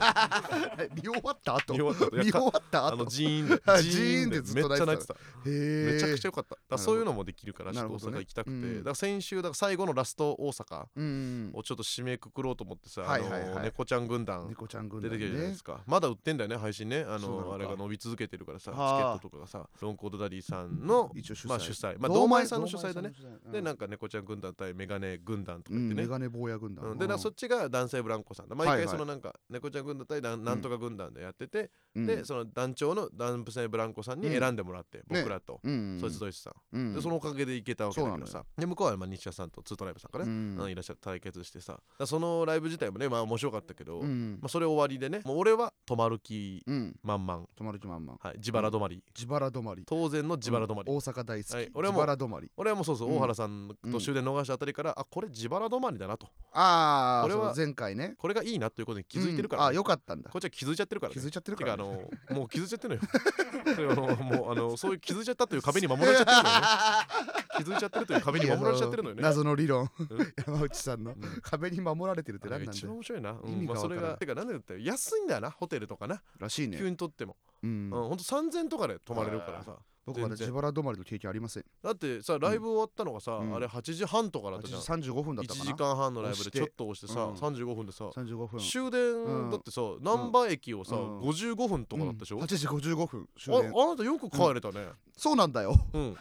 [SPEAKER 1] ら、
[SPEAKER 2] 見終わった後
[SPEAKER 1] 見終わった後いや
[SPEAKER 2] 見終わった
[SPEAKER 1] あの
[SPEAKER 2] 後
[SPEAKER 1] ジーンで
[SPEAKER 2] あ
[SPEAKER 1] ジーンで
[SPEAKER 2] ジーンでず
[SPEAKER 1] め
[SPEAKER 2] っ
[SPEAKER 1] っ
[SPEAKER 2] と
[SPEAKER 1] ち
[SPEAKER 2] 泣
[SPEAKER 1] ゃ
[SPEAKER 2] いてた
[SPEAKER 1] 泣いてた、
[SPEAKER 2] へー
[SPEAKER 1] めちゃくちゃよかっただから
[SPEAKER 2] なるほど
[SPEAKER 1] そういうのもできるからちょっと大
[SPEAKER 2] なるほ
[SPEAKER 1] 阪
[SPEAKER 2] どね
[SPEAKER 1] 行きたくて、
[SPEAKER 2] うん
[SPEAKER 1] だから先週だから最後のラスト大阪
[SPEAKER 2] うん
[SPEAKER 1] をちょっと締めくくろうと思ってさ、
[SPEAKER 2] はいはいはい
[SPEAKER 1] あの猫ちゃん軍団
[SPEAKER 2] 猫ちゃん軍
[SPEAKER 1] 出
[SPEAKER 2] 団
[SPEAKER 1] てきてるじゃないで
[SPEAKER 2] ね
[SPEAKER 1] すか、まだ売ってんだよね配信ねあ
[SPEAKER 2] そうなの
[SPEAKER 1] の
[SPEAKER 2] か
[SPEAKER 1] あれが伸び続けてるからさチケッ
[SPEAKER 2] はあ
[SPEAKER 1] トとかがさロンコードダディさんの
[SPEAKER 2] 一応主催
[SPEAKER 1] まあ主催まあ堂前さんの主催だねでなんんか猫ちゃん軍団対メガネ軍団と
[SPEAKER 2] う
[SPEAKER 1] か言って
[SPEAKER 2] ん
[SPEAKER 1] ね、
[SPEAKER 2] メガネ坊や軍
[SPEAKER 1] う
[SPEAKER 2] 団
[SPEAKER 1] ん、でなそっちが男性ブランコさんだ毎
[SPEAKER 2] はい
[SPEAKER 1] 回
[SPEAKER 2] は
[SPEAKER 1] そ
[SPEAKER 2] い
[SPEAKER 1] のなんか猫ちゃん軍団対なんなんとか軍団でやってて、
[SPEAKER 2] うん
[SPEAKER 1] でその団長の男性ブランコさんに
[SPEAKER 2] うん
[SPEAKER 1] 選んでもらって、僕らと、
[SPEAKER 2] うん
[SPEAKER 1] そいつドイツさん、
[SPEAKER 2] うん
[SPEAKER 1] でそのおかげでいけたわけだけど
[SPEAKER 2] そう
[SPEAKER 1] さで向こうはまあ西田さんとツートライブさんか
[SPEAKER 2] う
[SPEAKER 1] ね、
[SPEAKER 2] ん
[SPEAKER 1] うんいらっしゃって対決してさだからそのライブ自体もねまあ面白かったけど、
[SPEAKER 2] う
[SPEAKER 1] ま
[SPEAKER 2] ん
[SPEAKER 1] あ、それ終わりでねもう俺は泊まる気
[SPEAKER 2] うん
[SPEAKER 1] 満々、
[SPEAKER 2] 泊まる気満々
[SPEAKER 1] はい、自腹止まり、
[SPEAKER 2] 自腹止まり
[SPEAKER 1] 当然の自腹止まり、
[SPEAKER 2] 大阪大好き
[SPEAKER 1] はい
[SPEAKER 2] 自
[SPEAKER 1] 俺はもう
[SPEAKER 2] 腹止まり
[SPEAKER 1] 俺はもうそうそう、
[SPEAKER 2] うん
[SPEAKER 1] 大原さん
[SPEAKER 2] う
[SPEAKER 1] と
[SPEAKER 2] ん
[SPEAKER 1] 終電逃したあたりから、あこれ自腹止まりだなと
[SPEAKER 2] ああ
[SPEAKER 1] これ
[SPEAKER 2] そ
[SPEAKER 1] は
[SPEAKER 2] の前回ね
[SPEAKER 1] これがいいなということに気づいてるから、
[SPEAKER 2] うんあよかったんだ
[SPEAKER 1] こっちは気づいちゃってるから、ね、
[SPEAKER 2] 気づいちゃってる
[SPEAKER 1] て
[SPEAKER 2] か
[SPEAKER 1] かあ
[SPEAKER 2] らね
[SPEAKER 1] のもう気づいちゃってるのよ それはあのもうあのそういう気づいちゃったという壁に守られちゃってるのよ ね気づいちゃってるという壁に守られちゃってるのよね
[SPEAKER 2] 謎の理論
[SPEAKER 1] うん
[SPEAKER 2] 山内さんの
[SPEAKER 1] うん
[SPEAKER 2] 壁に守られてるって
[SPEAKER 1] あれ
[SPEAKER 2] 何
[SPEAKER 1] が
[SPEAKER 2] なんだ
[SPEAKER 1] 一
[SPEAKER 2] よ
[SPEAKER 1] 番面白いな、う
[SPEAKER 2] 意
[SPEAKER 1] ん
[SPEAKER 2] 味
[SPEAKER 1] ま
[SPEAKER 2] が
[SPEAKER 1] あ、それ
[SPEAKER 2] わから
[SPEAKER 1] が
[SPEAKER 2] ん
[SPEAKER 1] てかなんでだったら安いんだよなホテルとかな、
[SPEAKER 2] らしいね
[SPEAKER 1] 急にとっても、
[SPEAKER 2] うん
[SPEAKER 1] うん、ほんと3000とかで泊まれるからさ
[SPEAKER 2] 僕まだ
[SPEAKER 1] 全然
[SPEAKER 2] 自腹止まりの経験ありません
[SPEAKER 1] だってさライブ終わったのがさ、
[SPEAKER 2] うん
[SPEAKER 1] あれ8時半とかだったじゃん、
[SPEAKER 2] 8時35分だった
[SPEAKER 1] 1
[SPEAKER 2] か
[SPEAKER 1] 時
[SPEAKER 2] な
[SPEAKER 1] 間半のライブでち
[SPEAKER 2] 押して
[SPEAKER 1] ょっと押してさ、
[SPEAKER 2] うん
[SPEAKER 1] 35分でさ
[SPEAKER 2] 35分
[SPEAKER 1] 終電だってさ、難波駅をさ、
[SPEAKER 2] うん
[SPEAKER 1] 55分とかだったでしょ、
[SPEAKER 2] うん8時55分終
[SPEAKER 1] あ
[SPEAKER 2] 電
[SPEAKER 1] あなたよく帰れたね、
[SPEAKER 2] そうなんだよ
[SPEAKER 1] うん、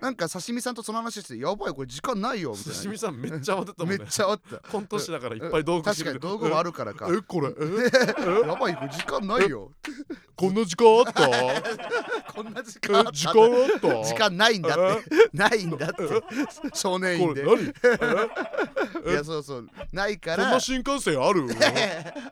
[SPEAKER 2] なんか刺身さんとその話してやばいこれ時間ないよみたいな
[SPEAKER 1] しみさんめっちゃ慌てたもん
[SPEAKER 2] め
[SPEAKER 1] ね
[SPEAKER 2] っちゃあった
[SPEAKER 1] コント師だからいっぱい道具
[SPEAKER 2] 確かに道具もあ
[SPEAKER 1] る
[SPEAKER 2] るからか
[SPEAKER 1] えこれえ
[SPEAKER 2] やばいこれ時間ないよ
[SPEAKER 1] こんな時間あ ったえ
[SPEAKER 2] こんな時間あった
[SPEAKER 1] 時間あった
[SPEAKER 2] 時間ないんだってないんだって少年院
[SPEAKER 1] これ
[SPEAKER 2] で
[SPEAKER 1] 何
[SPEAKER 2] いやそうそうないか
[SPEAKER 1] こん
[SPEAKER 2] ら
[SPEAKER 1] な新幹線あ る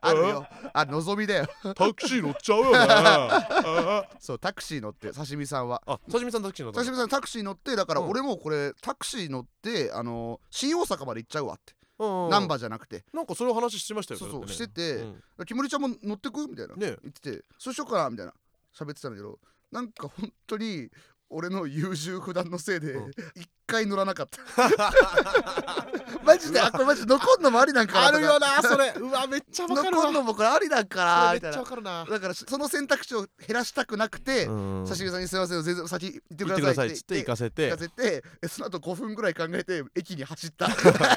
[SPEAKER 2] あるよあ望みだよ
[SPEAKER 1] タクシー乗っちゃう よねあ
[SPEAKER 2] そうタクシー乗って刺身さんは
[SPEAKER 1] あさしみさんタクシー乗った
[SPEAKER 2] 刺身さんタクシー乗ってだから
[SPEAKER 1] うん
[SPEAKER 2] 俺もうこれタクシー乗ってあの新大阪まで行っちゃうわって
[SPEAKER 1] の
[SPEAKER 2] 難波じゃなくて
[SPEAKER 1] なんかそれを話してましたよ
[SPEAKER 2] そう
[SPEAKER 1] だ
[SPEAKER 2] そ
[SPEAKER 1] っ
[SPEAKER 2] う
[SPEAKER 1] ね
[SPEAKER 2] してて
[SPEAKER 1] うん
[SPEAKER 2] 「きもりちゃんも乗ってく?」みたい
[SPEAKER 1] ね
[SPEAKER 2] な言ってて「そうしようかな」みたいな喋ってたんだけどなんか本当に俺の優柔不断のせいで
[SPEAKER 1] うん
[SPEAKER 2] 一回乗らなかった マジであこれマジ残んのもありなんかな
[SPEAKER 1] あ
[SPEAKER 2] とか
[SPEAKER 1] るよなそれうわめっちゃわかるわ
[SPEAKER 2] 残んのもこれありなんか
[SPEAKER 1] そ
[SPEAKER 2] な
[SPEAKER 1] れめ
[SPEAKER 2] みた
[SPEAKER 1] っ
[SPEAKER 2] い
[SPEAKER 1] ちゃ
[SPEAKER 2] な
[SPEAKER 1] わかるな
[SPEAKER 2] だからその選択肢を減らしたくなくて
[SPEAKER 1] うん
[SPEAKER 2] 刺身さんに「すいません全然先行って
[SPEAKER 1] 行
[SPEAKER 2] く
[SPEAKER 1] っ
[SPEAKER 2] だ
[SPEAKER 1] てくだ
[SPEAKER 2] さ
[SPEAKER 1] さ
[SPEAKER 2] い」
[SPEAKER 1] い
[SPEAKER 2] っ
[SPEAKER 1] っつ
[SPEAKER 2] て
[SPEAKER 1] って
[SPEAKER 2] 言って
[SPEAKER 1] 行かせて
[SPEAKER 2] 痩せてえその後5分ぐらい考えて駅に走った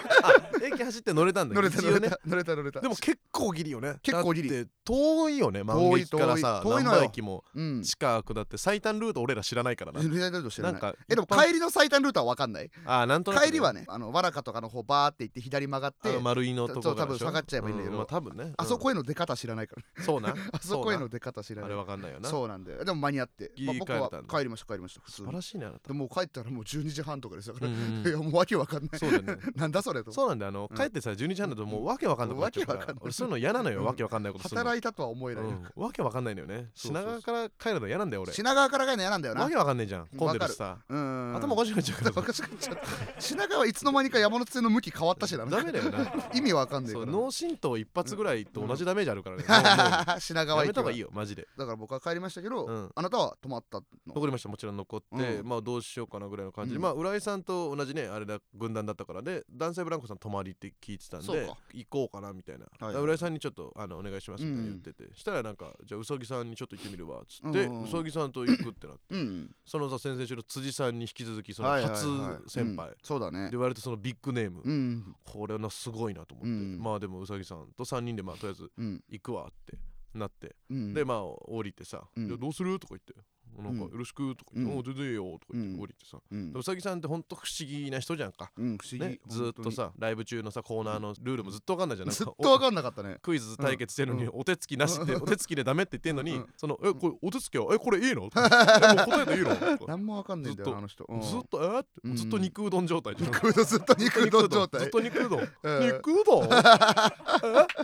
[SPEAKER 1] 駅走って乗れたんだ
[SPEAKER 2] 乗
[SPEAKER 1] よ
[SPEAKER 2] れた
[SPEAKER 1] 一
[SPEAKER 2] 乗
[SPEAKER 1] 応
[SPEAKER 2] れ
[SPEAKER 1] ね
[SPEAKER 2] た乗れた乗れた
[SPEAKER 1] でも結構ギリよね
[SPEAKER 2] 結構ギリ
[SPEAKER 1] だって遠いよね万
[SPEAKER 2] 遠い
[SPEAKER 1] 劇からさ
[SPEAKER 2] 遠い遠いのよ
[SPEAKER 1] 難波駅も
[SPEAKER 2] うん
[SPEAKER 1] 地下下って最短ルート俺ら知らないからな
[SPEAKER 2] 乗れた乗れた知ら
[SPEAKER 1] な
[SPEAKER 2] ない
[SPEAKER 1] んか
[SPEAKER 2] えでも
[SPEAKER 1] 一般
[SPEAKER 2] 帰りの最短ルートは分かかんない
[SPEAKER 1] あーなんとなくね
[SPEAKER 2] 帰りはねあのわらかとかの方バーって行って左曲が
[SPEAKER 1] あ
[SPEAKER 2] って
[SPEAKER 1] の丸いのとこ
[SPEAKER 2] そう
[SPEAKER 1] が
[SPEAKER 2] 多分
[SPEAKER 1] でしょ
[SPEAKER 2] 下がっちゃえばいいんだけど
[SPEAKER 1] うまあ多分ね
[SPEAKER 2] あそこ
[SPEAKER 1] へ
[SPEAKER 2] への出方知らないから ね
[SPEAKER 1] そう な
[SPEAKER 2] あそこへ
[SPEAKER 1] そ
[SPEAKER 2] の
[SPEAKER 1] う
[SPEAKER 2] 出方知ら
[SPEAKER 1] なあ
[SPEAKER 2] ない
[SPEAKER 1] れわかんないよな素
[SPEAKER 2] そうなんだよでも間に合って、
[SPEAKER 1] ギ
[SPEAKER 2] まあ
[SPEAKER 1] リ
[SPEAKER 2] 僕
[SPEAKER 1] 帰れ
[SPEAKER 2] は
[SPEAKER 1] たんだ
[SPEAKER 2] 帰りました帰りました普通
[SPEAKER 1] 晴
[SPEAKER 2] に
[SPEAKER 1] らしいねあなた
[SPEAKER 2] でもう帰ったらもう12時半とかですよ、
[SPEAKER 1] うんうん
[SPEAKER 2] いやもうわけわかんない
[SPEAKER 1] そうだね
[SPEAKER 2] なんだそれと
[SPEAKER 1] そうなんだよあの
[SPEAKER 2] うん
[SPEAKER 1] 帰ってさ12時半だともうわけわかんない
[SPEAKER 2] わけわかんない
[SPEAKER 1] 俺そういうの嫌なの
[SPEAKER 2] う
[SPEAKER 1] よ
[SPEAKER 2] ん
[SPEAKER 1] わけわかんないことするの
[SPEAKER 2] 働いたとは思えない、
[SPEAKER 1] うんわけわかんないのよね
[SPEAKER 2] そうそ
[SPEAKER 1] 品
[SPEAKER 2] うそう
[SPEAKER 1] 川から帰るの嫌なんだよ俺
[SPEAKER 2] 品川から帰るの嫌なんだよな
[SPEAKER 1] わけわかんないじゃん
[SPEAKER 2] る
[SPEAKER 1] 混んでるしさ
[SPEAKER 2] うん
[SPEAKER 1] 頭おかしくなっちゃうから
[SPEAKER 2] おかしくなっちゃった 品川いつの間にか山手線の向き変わったし な
[SPEAKER 1] ダメだよな
[SPEAKER 2] 意味わかんないか
[SPEAKER 1] そう
[SPEAKER 2] ら
[SPEAKER 1] 脳震盪一発ぐらいと同じダメージあるからねもうもう
[SPEAKER 2] 品
[SPEAKER 1] や
[SPEAKER 2] 川
[SPEAKER 1] め
[SPEAKER 2] 駅
[SPEAKER 1] た
[SPEAKER 2] は
[SPEAKER 1] 方がいいよマジで
[SPEAKER 2] だから僕は帰りましたけど、
[SPEAKER 1] うん
[SPEAKER 2] あなたは泊まったの
[SPEAKER 1] 残りましたもちろん残って、
[SPEAKER 2] うん
[SPEAKER 1] まあどうしようかなぐらいの感じ、
[SPEAKER 2] うん
[SPEAKER 1] まあ浦井さんと同じねあれだ軍団だったからで男性ブランコさん泊まりって聞いてたん
[SPEAKER 2] そう
[SPEAKER 1] で
[SPEAKER 2] か
[SPEAKER 1] 行こうかなみたいな、
[SPEAKER 2] はい
[SPEAKER 1] 浦井さんにちょっとあのお願いしますみたいな言ってて、したらなんかじゃあうさぎさんにちょっと行ってみるわっつって、うん
[SPEAKER 2] ううんうん
[SPEAKER 1] さぎさんと行くってなって
[SPEAKER 2] うん
[SPEAKER 1] そのさ先々週の辻さんに引き続きその
[SPEAKER 2] はいはいはい
[SPEAKER 1] 初先輩
[SPEAKER 2] うんそうだね
[SPEAKER 1] で割とそのビッグネーム、
[SPEAKER 2] うん
[SPEAKER 1] これはすごいなと思って、
[SPEAKER 2] うん
[SPEAKER 1] まあでもうさぎさんと3人でまあとりあえず
[SPEAKER 2] うん
[SPEAKER 1] 行くわってなって
[SPEAKER 2] うん
[SPEAKER 1] でまあ降りてさ「
[SPEAKER 2] うん
[SPEAKER 1] いやどうする?」とか言って「なんか
[SPEAKER 2] うん
[SPEAKER 1] よろしく」とか言って「
[SPEAKER 2] うん
[SPEAKER 1] お出てえよ」とか言っ
[SPEAKER 2] うん
[SPEAKER 1] て降りてさ
[SPEAKER 2] うん
[SPEAKER 1] でうさぎさんってほんと不思議な人じゃんか
[SPEAKER 2] うん不思議、
[SPEAKER 1] ねずーっとさライブ中のさコーナーのルールもずっとわかんないじゃんなん
[SPEAKER 2] 本当に
[SPEAKER 1] か
[SPEAKER 2] ずっとわ
[SPEAKER 1] お
[SPEAKER 2] かんなかったね
[SPEAKER 1] クイズ対決してるのに
[SPEAKER 2] う
[SPEAKER 1] お手つきなしってお手つきでダメって言ってんの
[SPEAKER 2] う
[SPEAKER 1] に
[SPEAKER 2] ん
[SPEAKER 1] その「えこれお手つきはえこれ いいの?」とかえもう答えていいの?」とか
[SPEAKER 2] 何もわかんないんだよなあの人うん
[SPEAKER 1] ずっと「えっ?」てずっと肉うどん状態じゃん
[SPEAKER 2] 肉うどんずっと肉うどん状態
[SPEAKER 1] ずっと肉うどんずっと
[SPEAKER 2] うん
[SPEAKER 1] 肉うどん肉うどん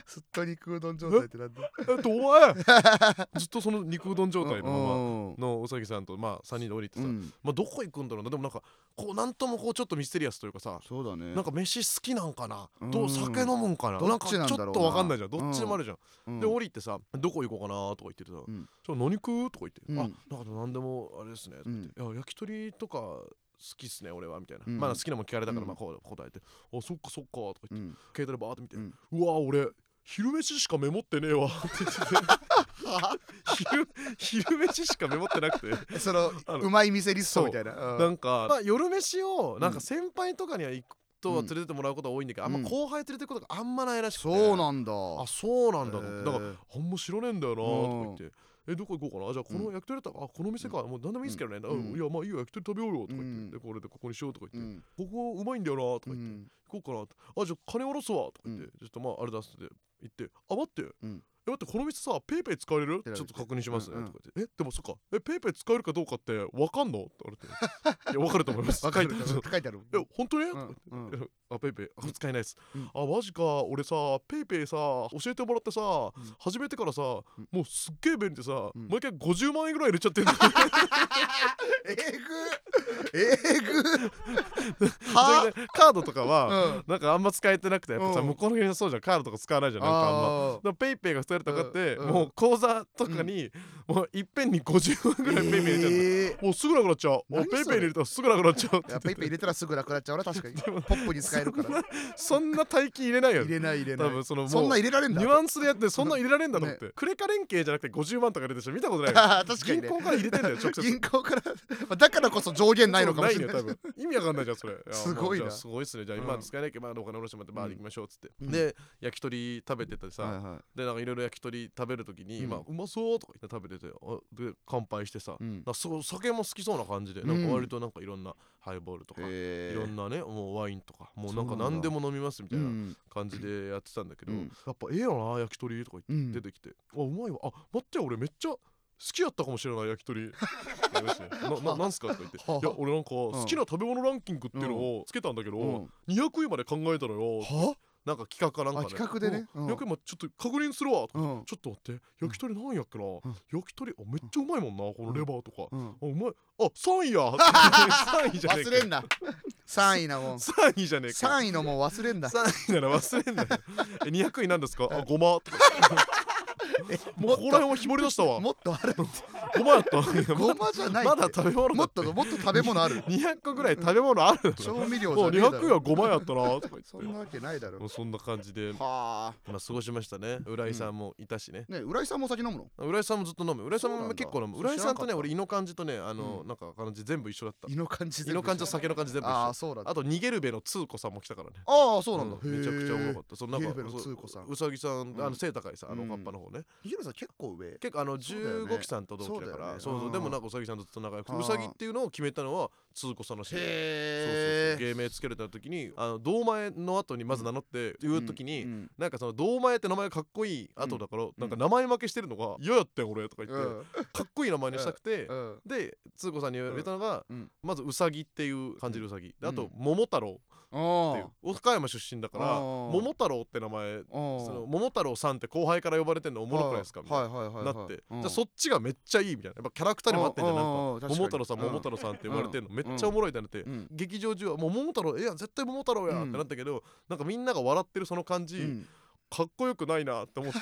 [SPEAKER 2] ずっと肉うどん状態ってなんだ
[SPEAKER 1] え どうえずっとその肉うどん状態のまま
[SPEAKER 2] うん
[SPEAKER 1] のうさぎさんとまあ3人で降りて
[SPEAKER 2] う
[SPEAKER 1] さ
[SPEAKER 2] ん
[SPEAKER 1] まあ、どこ行くんだろうなでもなんかこうなんともこうちょっとミステリアスというかさ
[SPEAKER 2] そうだね
[SPEAKER 1] なんか飯好きなんかな
[SPEAKER 2] うん
[SPEAKER 1] どう酒飲むんかな
[SPEAKER 2] どっちな
[SPEAKER 1] んか
[SPEAKER 2] んだろうな
[SPEAKER 1] ちょっとわかんないじゃんどっちでもあるじゃん、
[SPEAKER 2] うん
[SPEAKER 1] で降りてさ「どこ行こうかな」とか言っててさ「
[SPEAKER 2] うん
[SPEAKER 1] じゃあ何食う?」とか言って「
[SPEAKER 2] うん
[SPEAKER 1] あなんか何でもあれですね」とか言っていや焼き鳥とか好きっすね俺は」みたいな、
[SPEAKER 2] うん
[SPEAKER 1] まあ好きなもん聞かれたか
[SPEAKER 2] う
[SPEAKER 1] ら
[SPEAKER 2] ん
[SPEAKER 1] まあこう答えて「あそっかそっか」とか言って、
[SPEAKER 2] うん
[SPEAKER 1] 携帯でバーって見て「う
[SPEAKER 2] う
[SPEAKER 1] んわ俺昼飯しかメモってねえ わ」 って言ってて昼昼飯しかメモってなくて。
[SPEAKER 2] その
[SPEAKER 1] あの
[SPEAKER 2] うまい店リストみたいなう
[SPEAKER 1] なんんか、まあ、夜飯をなん
[SPEAKER 2] うん
[SPEAKER 1] か先輩とかには行くとは連れてもらうことは多いんだけど、あ
[SPEAKER 2] うん
[SPEAKER 1] んま後輩連れてくことがあんまないらしくて
[SPEAKER 2] そうなんだ
[SPEAKER 1] あそうなんだ
[SPEAKER 2] へ
[SPEAKER 1] と思
[SPEAKER 2] ー
[SPEAKER 1] って、なんかあんま知らねえんだよな
[SPEAKER 2] うん
[SPEAKER 1] とか言って。えどこ行こうかなあじゃあこの焼き鳥だったら、あこの店か、もう何でもいいですけどね、
[SPEAKER 2] ん
[SPEAKER 1] うんいやまあいいよ焼き鳥食べようよとか言って、
[SPEAKER 2] うん
[SPEAKER 1] でこれでここにしようとか
[SPEAKER 2] う
[SPEAKER 1] 言って、
[SPEAKER 2] ん
[SPEAKER 1] ここうまいんだよなとか
[SPEAKER 2] う
[SPEAKER 1] 言って、
[SPEAKER 2] ん
[SPEAKER 1] 行こうかなあじゃあ金下ろすわとか言って、
[SPEAKER 2] うん
[SPEAKER 1] ちょっとまああれ出すって言ってあ待って、
[SPEAKER 2] うん
[SPEAKER 1] え待ってこの店さペイペイ使われる
[SPEAKER 2] て
[SPEAKER 1] ち
[SPEAKER 2] な
[SPEAKER 1] ょ
[SPEAKER 2] る
[SPEAKER 1] っと確認しますね、
[SPEAKER 2] うんうん
[SPEAKER 1] とか言ってえでもそっかえペイペイ使えるかどうかってわかんのって言われていやわかると思います
[SPEAKER 2] わかる
[SPEAKER 1] 書いてあ
[SPEAKER 2] 書
[SPEAKER 1] る
[SPEAKER 2] いてある
[SPEAKER 1] え本当に、
[SPEAKER 2] う
[SPEAKER 1] とか
[SPEAKER 2] んうん
[SPEAKER 1] 言ってあペイペイあ使えないです、
[SPEAKER 2] うん
[SPEAKER 1] あマジか俺さペイペイさ教えてもらってさ、
[SPEAKER 2] ん
[SPEAKER 1] 始めてからさ、
[SPEAKER 2] ん
[SPEAKER 1] もうすっげえ便利でさ、
[SPEAKER 2] うん
[SPEAKER 1] 毎回50万円ぐらい入れちゃってる
[SPEAKER 2] えぐえぐは
[SPEAKER 1] カードとか
[SPEAKER 2] あ
[SPEAKER 1] は、
[SPEAKER 2] うん
[SPEAKER 1] なんかあんま使えてなくてやっぱさ、
[SPEAKER 2] うん
[SPEAKER 1] 向こうの国そうじゃんカードとか使わないじゃんなんかあんま
[SPEAKER 2] あ
[SPEAKER 1] だからペイペイが2人とかって、
[SPEAKER 2] うんうん
[SPEAKER 1] もう口座とかに、もういっぺんに50万ぐらいペイペイ入れちゃう、
[SPEAKER 2] え
[SPEAKER 1] もうすぐなくなっちゃうも
[SPEAKER 2] 何
[SPEAKER 1] うペイ
[SPEAKER 2] そ
[SPEAKER 1] ペイに
[SPEAKER 2] れ
[SPEAKER 1] 入れたらすぐなくなっちゃうって
[SPEAKER 2] ーい
[SPEAKER 1] 言
[SPEAKER 2] や
[SPEAKER 1] って
[SPEAKER 2] ペイペイ入れたらすぐなくなっちゃうな確かにポップに使えるから
[SPEAKER 1] そんな大金入れないよ
[SPEAKER 2] 入れない入れな
[SPEAKER 1] 多
[SPEAKER 2] い
[SPEAKER 1] 分そのもう
[SPEAKER 2] そんな入れられん
[SPEAKER 1] ニ
[SPEAKER 2] だ
[SPEAKER 1] ュアンスでやってそんな入れられんだと思って、
[SPEAKER 2] ね
[SPEAKER 1] クレカ連携じゃなくて50万とか入れてる人見たことないよ
[SPEAKER 2] あー 確か
[SPEAKER 1] 銀
[SPEAKER 2] にね
[SPEAKER 1] 行から入れてんだよ直接
[SPEAKER 2] 銀行からまあだからこそ上限ないのかもしれ
[SPEAKER 1] よ
[SPEAKER 2] な
[SPEAKER 1] 多
[SPEAKER 2] い
[SPEAKER 1] 分意味わかんないじゃんそれや
[SPEAKER 2] すごいな
[SPEAKER 1] まあじゃあすごいっすねじゃあ
[SPEAKER 2] う
[SPEAKER 1] 今
[SPEAKER 2] ん
[SPEAKER 1] 使えないけどまあお金下ろしてもらってバーで行きましょうっつって、
[SPEAKER 2] うん
[SPEAKER 1] で焼き鳥食べてたりさ、
[SPEAKER 2] はいはい
[SPEAKER 1] でなんかいろいろ焼き鳥食べるときに、
[SPEAKER 2] うん
[SPEAKER 1] 今うまそうとか言って食べててあで乾杯してさ、
[SPEAKER 2] うん
[SPEAKER 1] なんかすごい酒も好きそうな感じで、
[SPEAKER 2] うん
[SPEAKER 1] なんか割となんかいろんなハイボールとか、
[SPEAKER 2] へ
[SPEAKER 1] いろんなねもうワインとかもうなん
[SPEAKER 2] そう
[SPEAKER 1] か
[SPEAKER 2] な
[SPEAKER 1] 何
[SPEAKER 2] んだ
[SPEAKER 1] でも飲みますみたいな
[SPEAKER 2] な
[SPEAKER 1] 感じでやってたんだけど、
[SPEAKER 2] うん
[SPEAKER 1] やっぱええよな焼き鳥とか
[SPEAKER 2] う
[SPEAKER 1] 言
[SPEAKER 2] ん
[SPEAKER 1] って出てきて、あうまいわあ待ってよ俺めっちゃ好きやったかもしれない焼き鳥って言いまして なななんすかとか言って
[SPEAKER 2] はあ
[SPEAKER 1] いや俺なんか好きな食べ物ランキングっていうのをつけたんだけど、
[SPEAKER 2] うん
[SPEAKER 1] 200位まで考えたのよ
[SPEAKER 2] は
[SPEAKER 1] なんか企画かなんか
[SPEAKER 2] あ企画でね
[SPEAKER 1] うん
[SPEAKER 2] うん
[SPEAKER 1] 200位までちょっと確認するわとか
[SPEAKER 2] うん
[SPEAKER 1] ちょっと待って焼き鳥なんやっけな、
[SPEAKER 2] ん
[SPEAKER 1] 焼き鳥あめっちゃうまいもんなこのレバーとか、
[SPEAKER 2] うん
[SPEAKER 1] あうまいあ3位や 3位じゃねえ
[SPEAKER 2] 忘
[SPEAKER 1] か
[SPEAKER 2] れんな3位なもん
[SPEAKER 1] 3位じゃねえか
[SPEAKER 2] 3位のもん忘れんだ
[SPEAKER 1] 3位なら忘れんなよえ200位なんですかあごまとかも
[SPEAKER 2] も
[SPEAKER 1] うこと
[SPEAKER 2] っ
[SPEAKER 1] こら辺は絞り出したわ
[SPEAKER 2] もっとあ る
[SPEAKER 1] ごまやったいや
[SPEAKER 2] ご
[SPEAKER 1] まだ
[SPEAKER 2] まじゃない
[SPEAKER 1] まだ
[SPEAKER 2] って
[SPEAKER 1] 食べ物
[SPEAKER 2] も
[SPEAKER 1] だっ
[SPEAKER 2] ってともっと食べ物ある
[SPEAKER 1] 200個ぐらい食べ物あるだろ
[SPEAKER 2] 調味料じ
[SPEAKER 1] もう
[SPEAKER 2] ゃねえだろ
[SPEAKER 1] 200位はごまやったなとか言って
[SPEAKER 2] そんなわけないだろ
[SPEAKER 1] もうそんな感じで
[SPEAKER 2] はあ
[SPEAKER 1] まあ過ごしましたね浦井さんもいたしね、
[SPEAKER 2] ね浦井さんもお酒飲むの
[SPEAKER 1] 浦井さんもずっと飲む浦井さん
[SPEAKER 2] そうなん
[SPEAKER 1] も
[SPEAKER 2] だ
[SPEAKER 1] 結構飲む
[SPEAKER 2] それ
[SPEAKER 1] 浦井さんとね
[SPEAKER 2] 知らなかった
[SPEAKER 1] 俺胃の感じとねあの、
[SPEAKER 2] う
[SPEAKER 1] なんか感じ全部一緒だった
[SPEAKER 2] 胃の感じ
[SPEAKER 1] 胃の感じと酒の感じ全部一緒
[SPEAKER 2] あ
[SPEAKER 1] あ
[SPEAKER 2] あそうなんだ
[SPEAKER 1] と逃げるべの通子さんも来たからね
[SPEAKER 2] ああそうなんだ
[SPEAKER 1] めちゃくちゃおもろか
[SPEAKER 2] っ
[SPEAKER 1] ったそのなん
[SPEAKER 2] 逃げ
[SPEAKER 1] か
[SPEAKER 2] るべの通子さん
[SPEAKER 1] そううさぎさん、
[SPEAKER 2] うん
[SPEAKER 1] あの背高いさあ
[SPEAKER 2] う
[SPEAKER 1] の
[SPEAKER 2] ん
[SPEAKER 1] カッパの方ね、
[SPEAKER 2] ヒロさん結構上
[SPEAKER 1] 結構あの
[SPEAKER 2] そうだよね
[SPEAKER 1] 15期さんと同期だから
[SPEAKER 2] そうだよね
[SPEAKER 1] そう
[SPEAKER 2] うん
[SPEAKER 1] でもなんかうさぎさんとずっと仲良く
[SPEAKER 2] あー
[SPEAKER 1] うさぎっていうのを決めたのは通子さんらしいそうそうそう
[SPEAKER 2] へえ
[SPEAKER 1] 芸名つけられた時にあの堂前の後にまず名乗って言う時に、
[SPEAKER 2] うん
[SPEAKER 1] なんかその堂前って名前がかっこいい後だから、なんか名前負けしてるのが「嫌やってん俺」とか言
[SPEAKER 2] う
[SPEAKER 1] って、
[SPEAKER 2] ん
[SPEAKER 1] かっこいい名前にしたくて、
[SPEAKER 2] うん
[SPEAKER 1] で通子さんに言われたのが、
[SPEAKER 2] うん
[SPEAKER 1] まずうさぎっていう感じるうさぎ、であ
[SPEAKER 2] うん
[SPEAKER 1] と桃太郎っていう
[SPEAKER 2] お
[SPEAKER 1] 岡山出身だから
[SPEAKER 2] あー
[SPEAKER 1] 桃太郎って名前
[SPEAKER 2] ーおー
[SPEAKER 1] その桃太郎さんって後輩から呼ばれてんのおもろくないですかみたいな
[SPEAKER 2] はいはいはいはい
[SPEAKER 1] な
[SPEAKER 2] はい
[SPEAKER 1] って、
[SPEAKER 2] うん
[SPEAKER 1] じゃあそっちがめっちゃいいみたいなやっぱキャラクターにも合ってんじゃんなんか
[SPEAKER 2] おうおうおう確かに
[SPEAKER 1] 桃太郎さん
[SPEAKER 2] うん
[SPEAKER 1] 桃太郎さんって呼ばれてんの、
[SPEAKER 2] うん
[SPEAKER 1] めっちゃおもろいってなって、
[SPEAKER 2] うん
[SPEAKER 1] 劇場中はもう桃太郎ええやん絶対桃太郎やんってなったけど、なんかみんなが笑ってるその感じ、
[SPEAKER 2] うん
[SPEAKER 1] かっこよくないなって思 って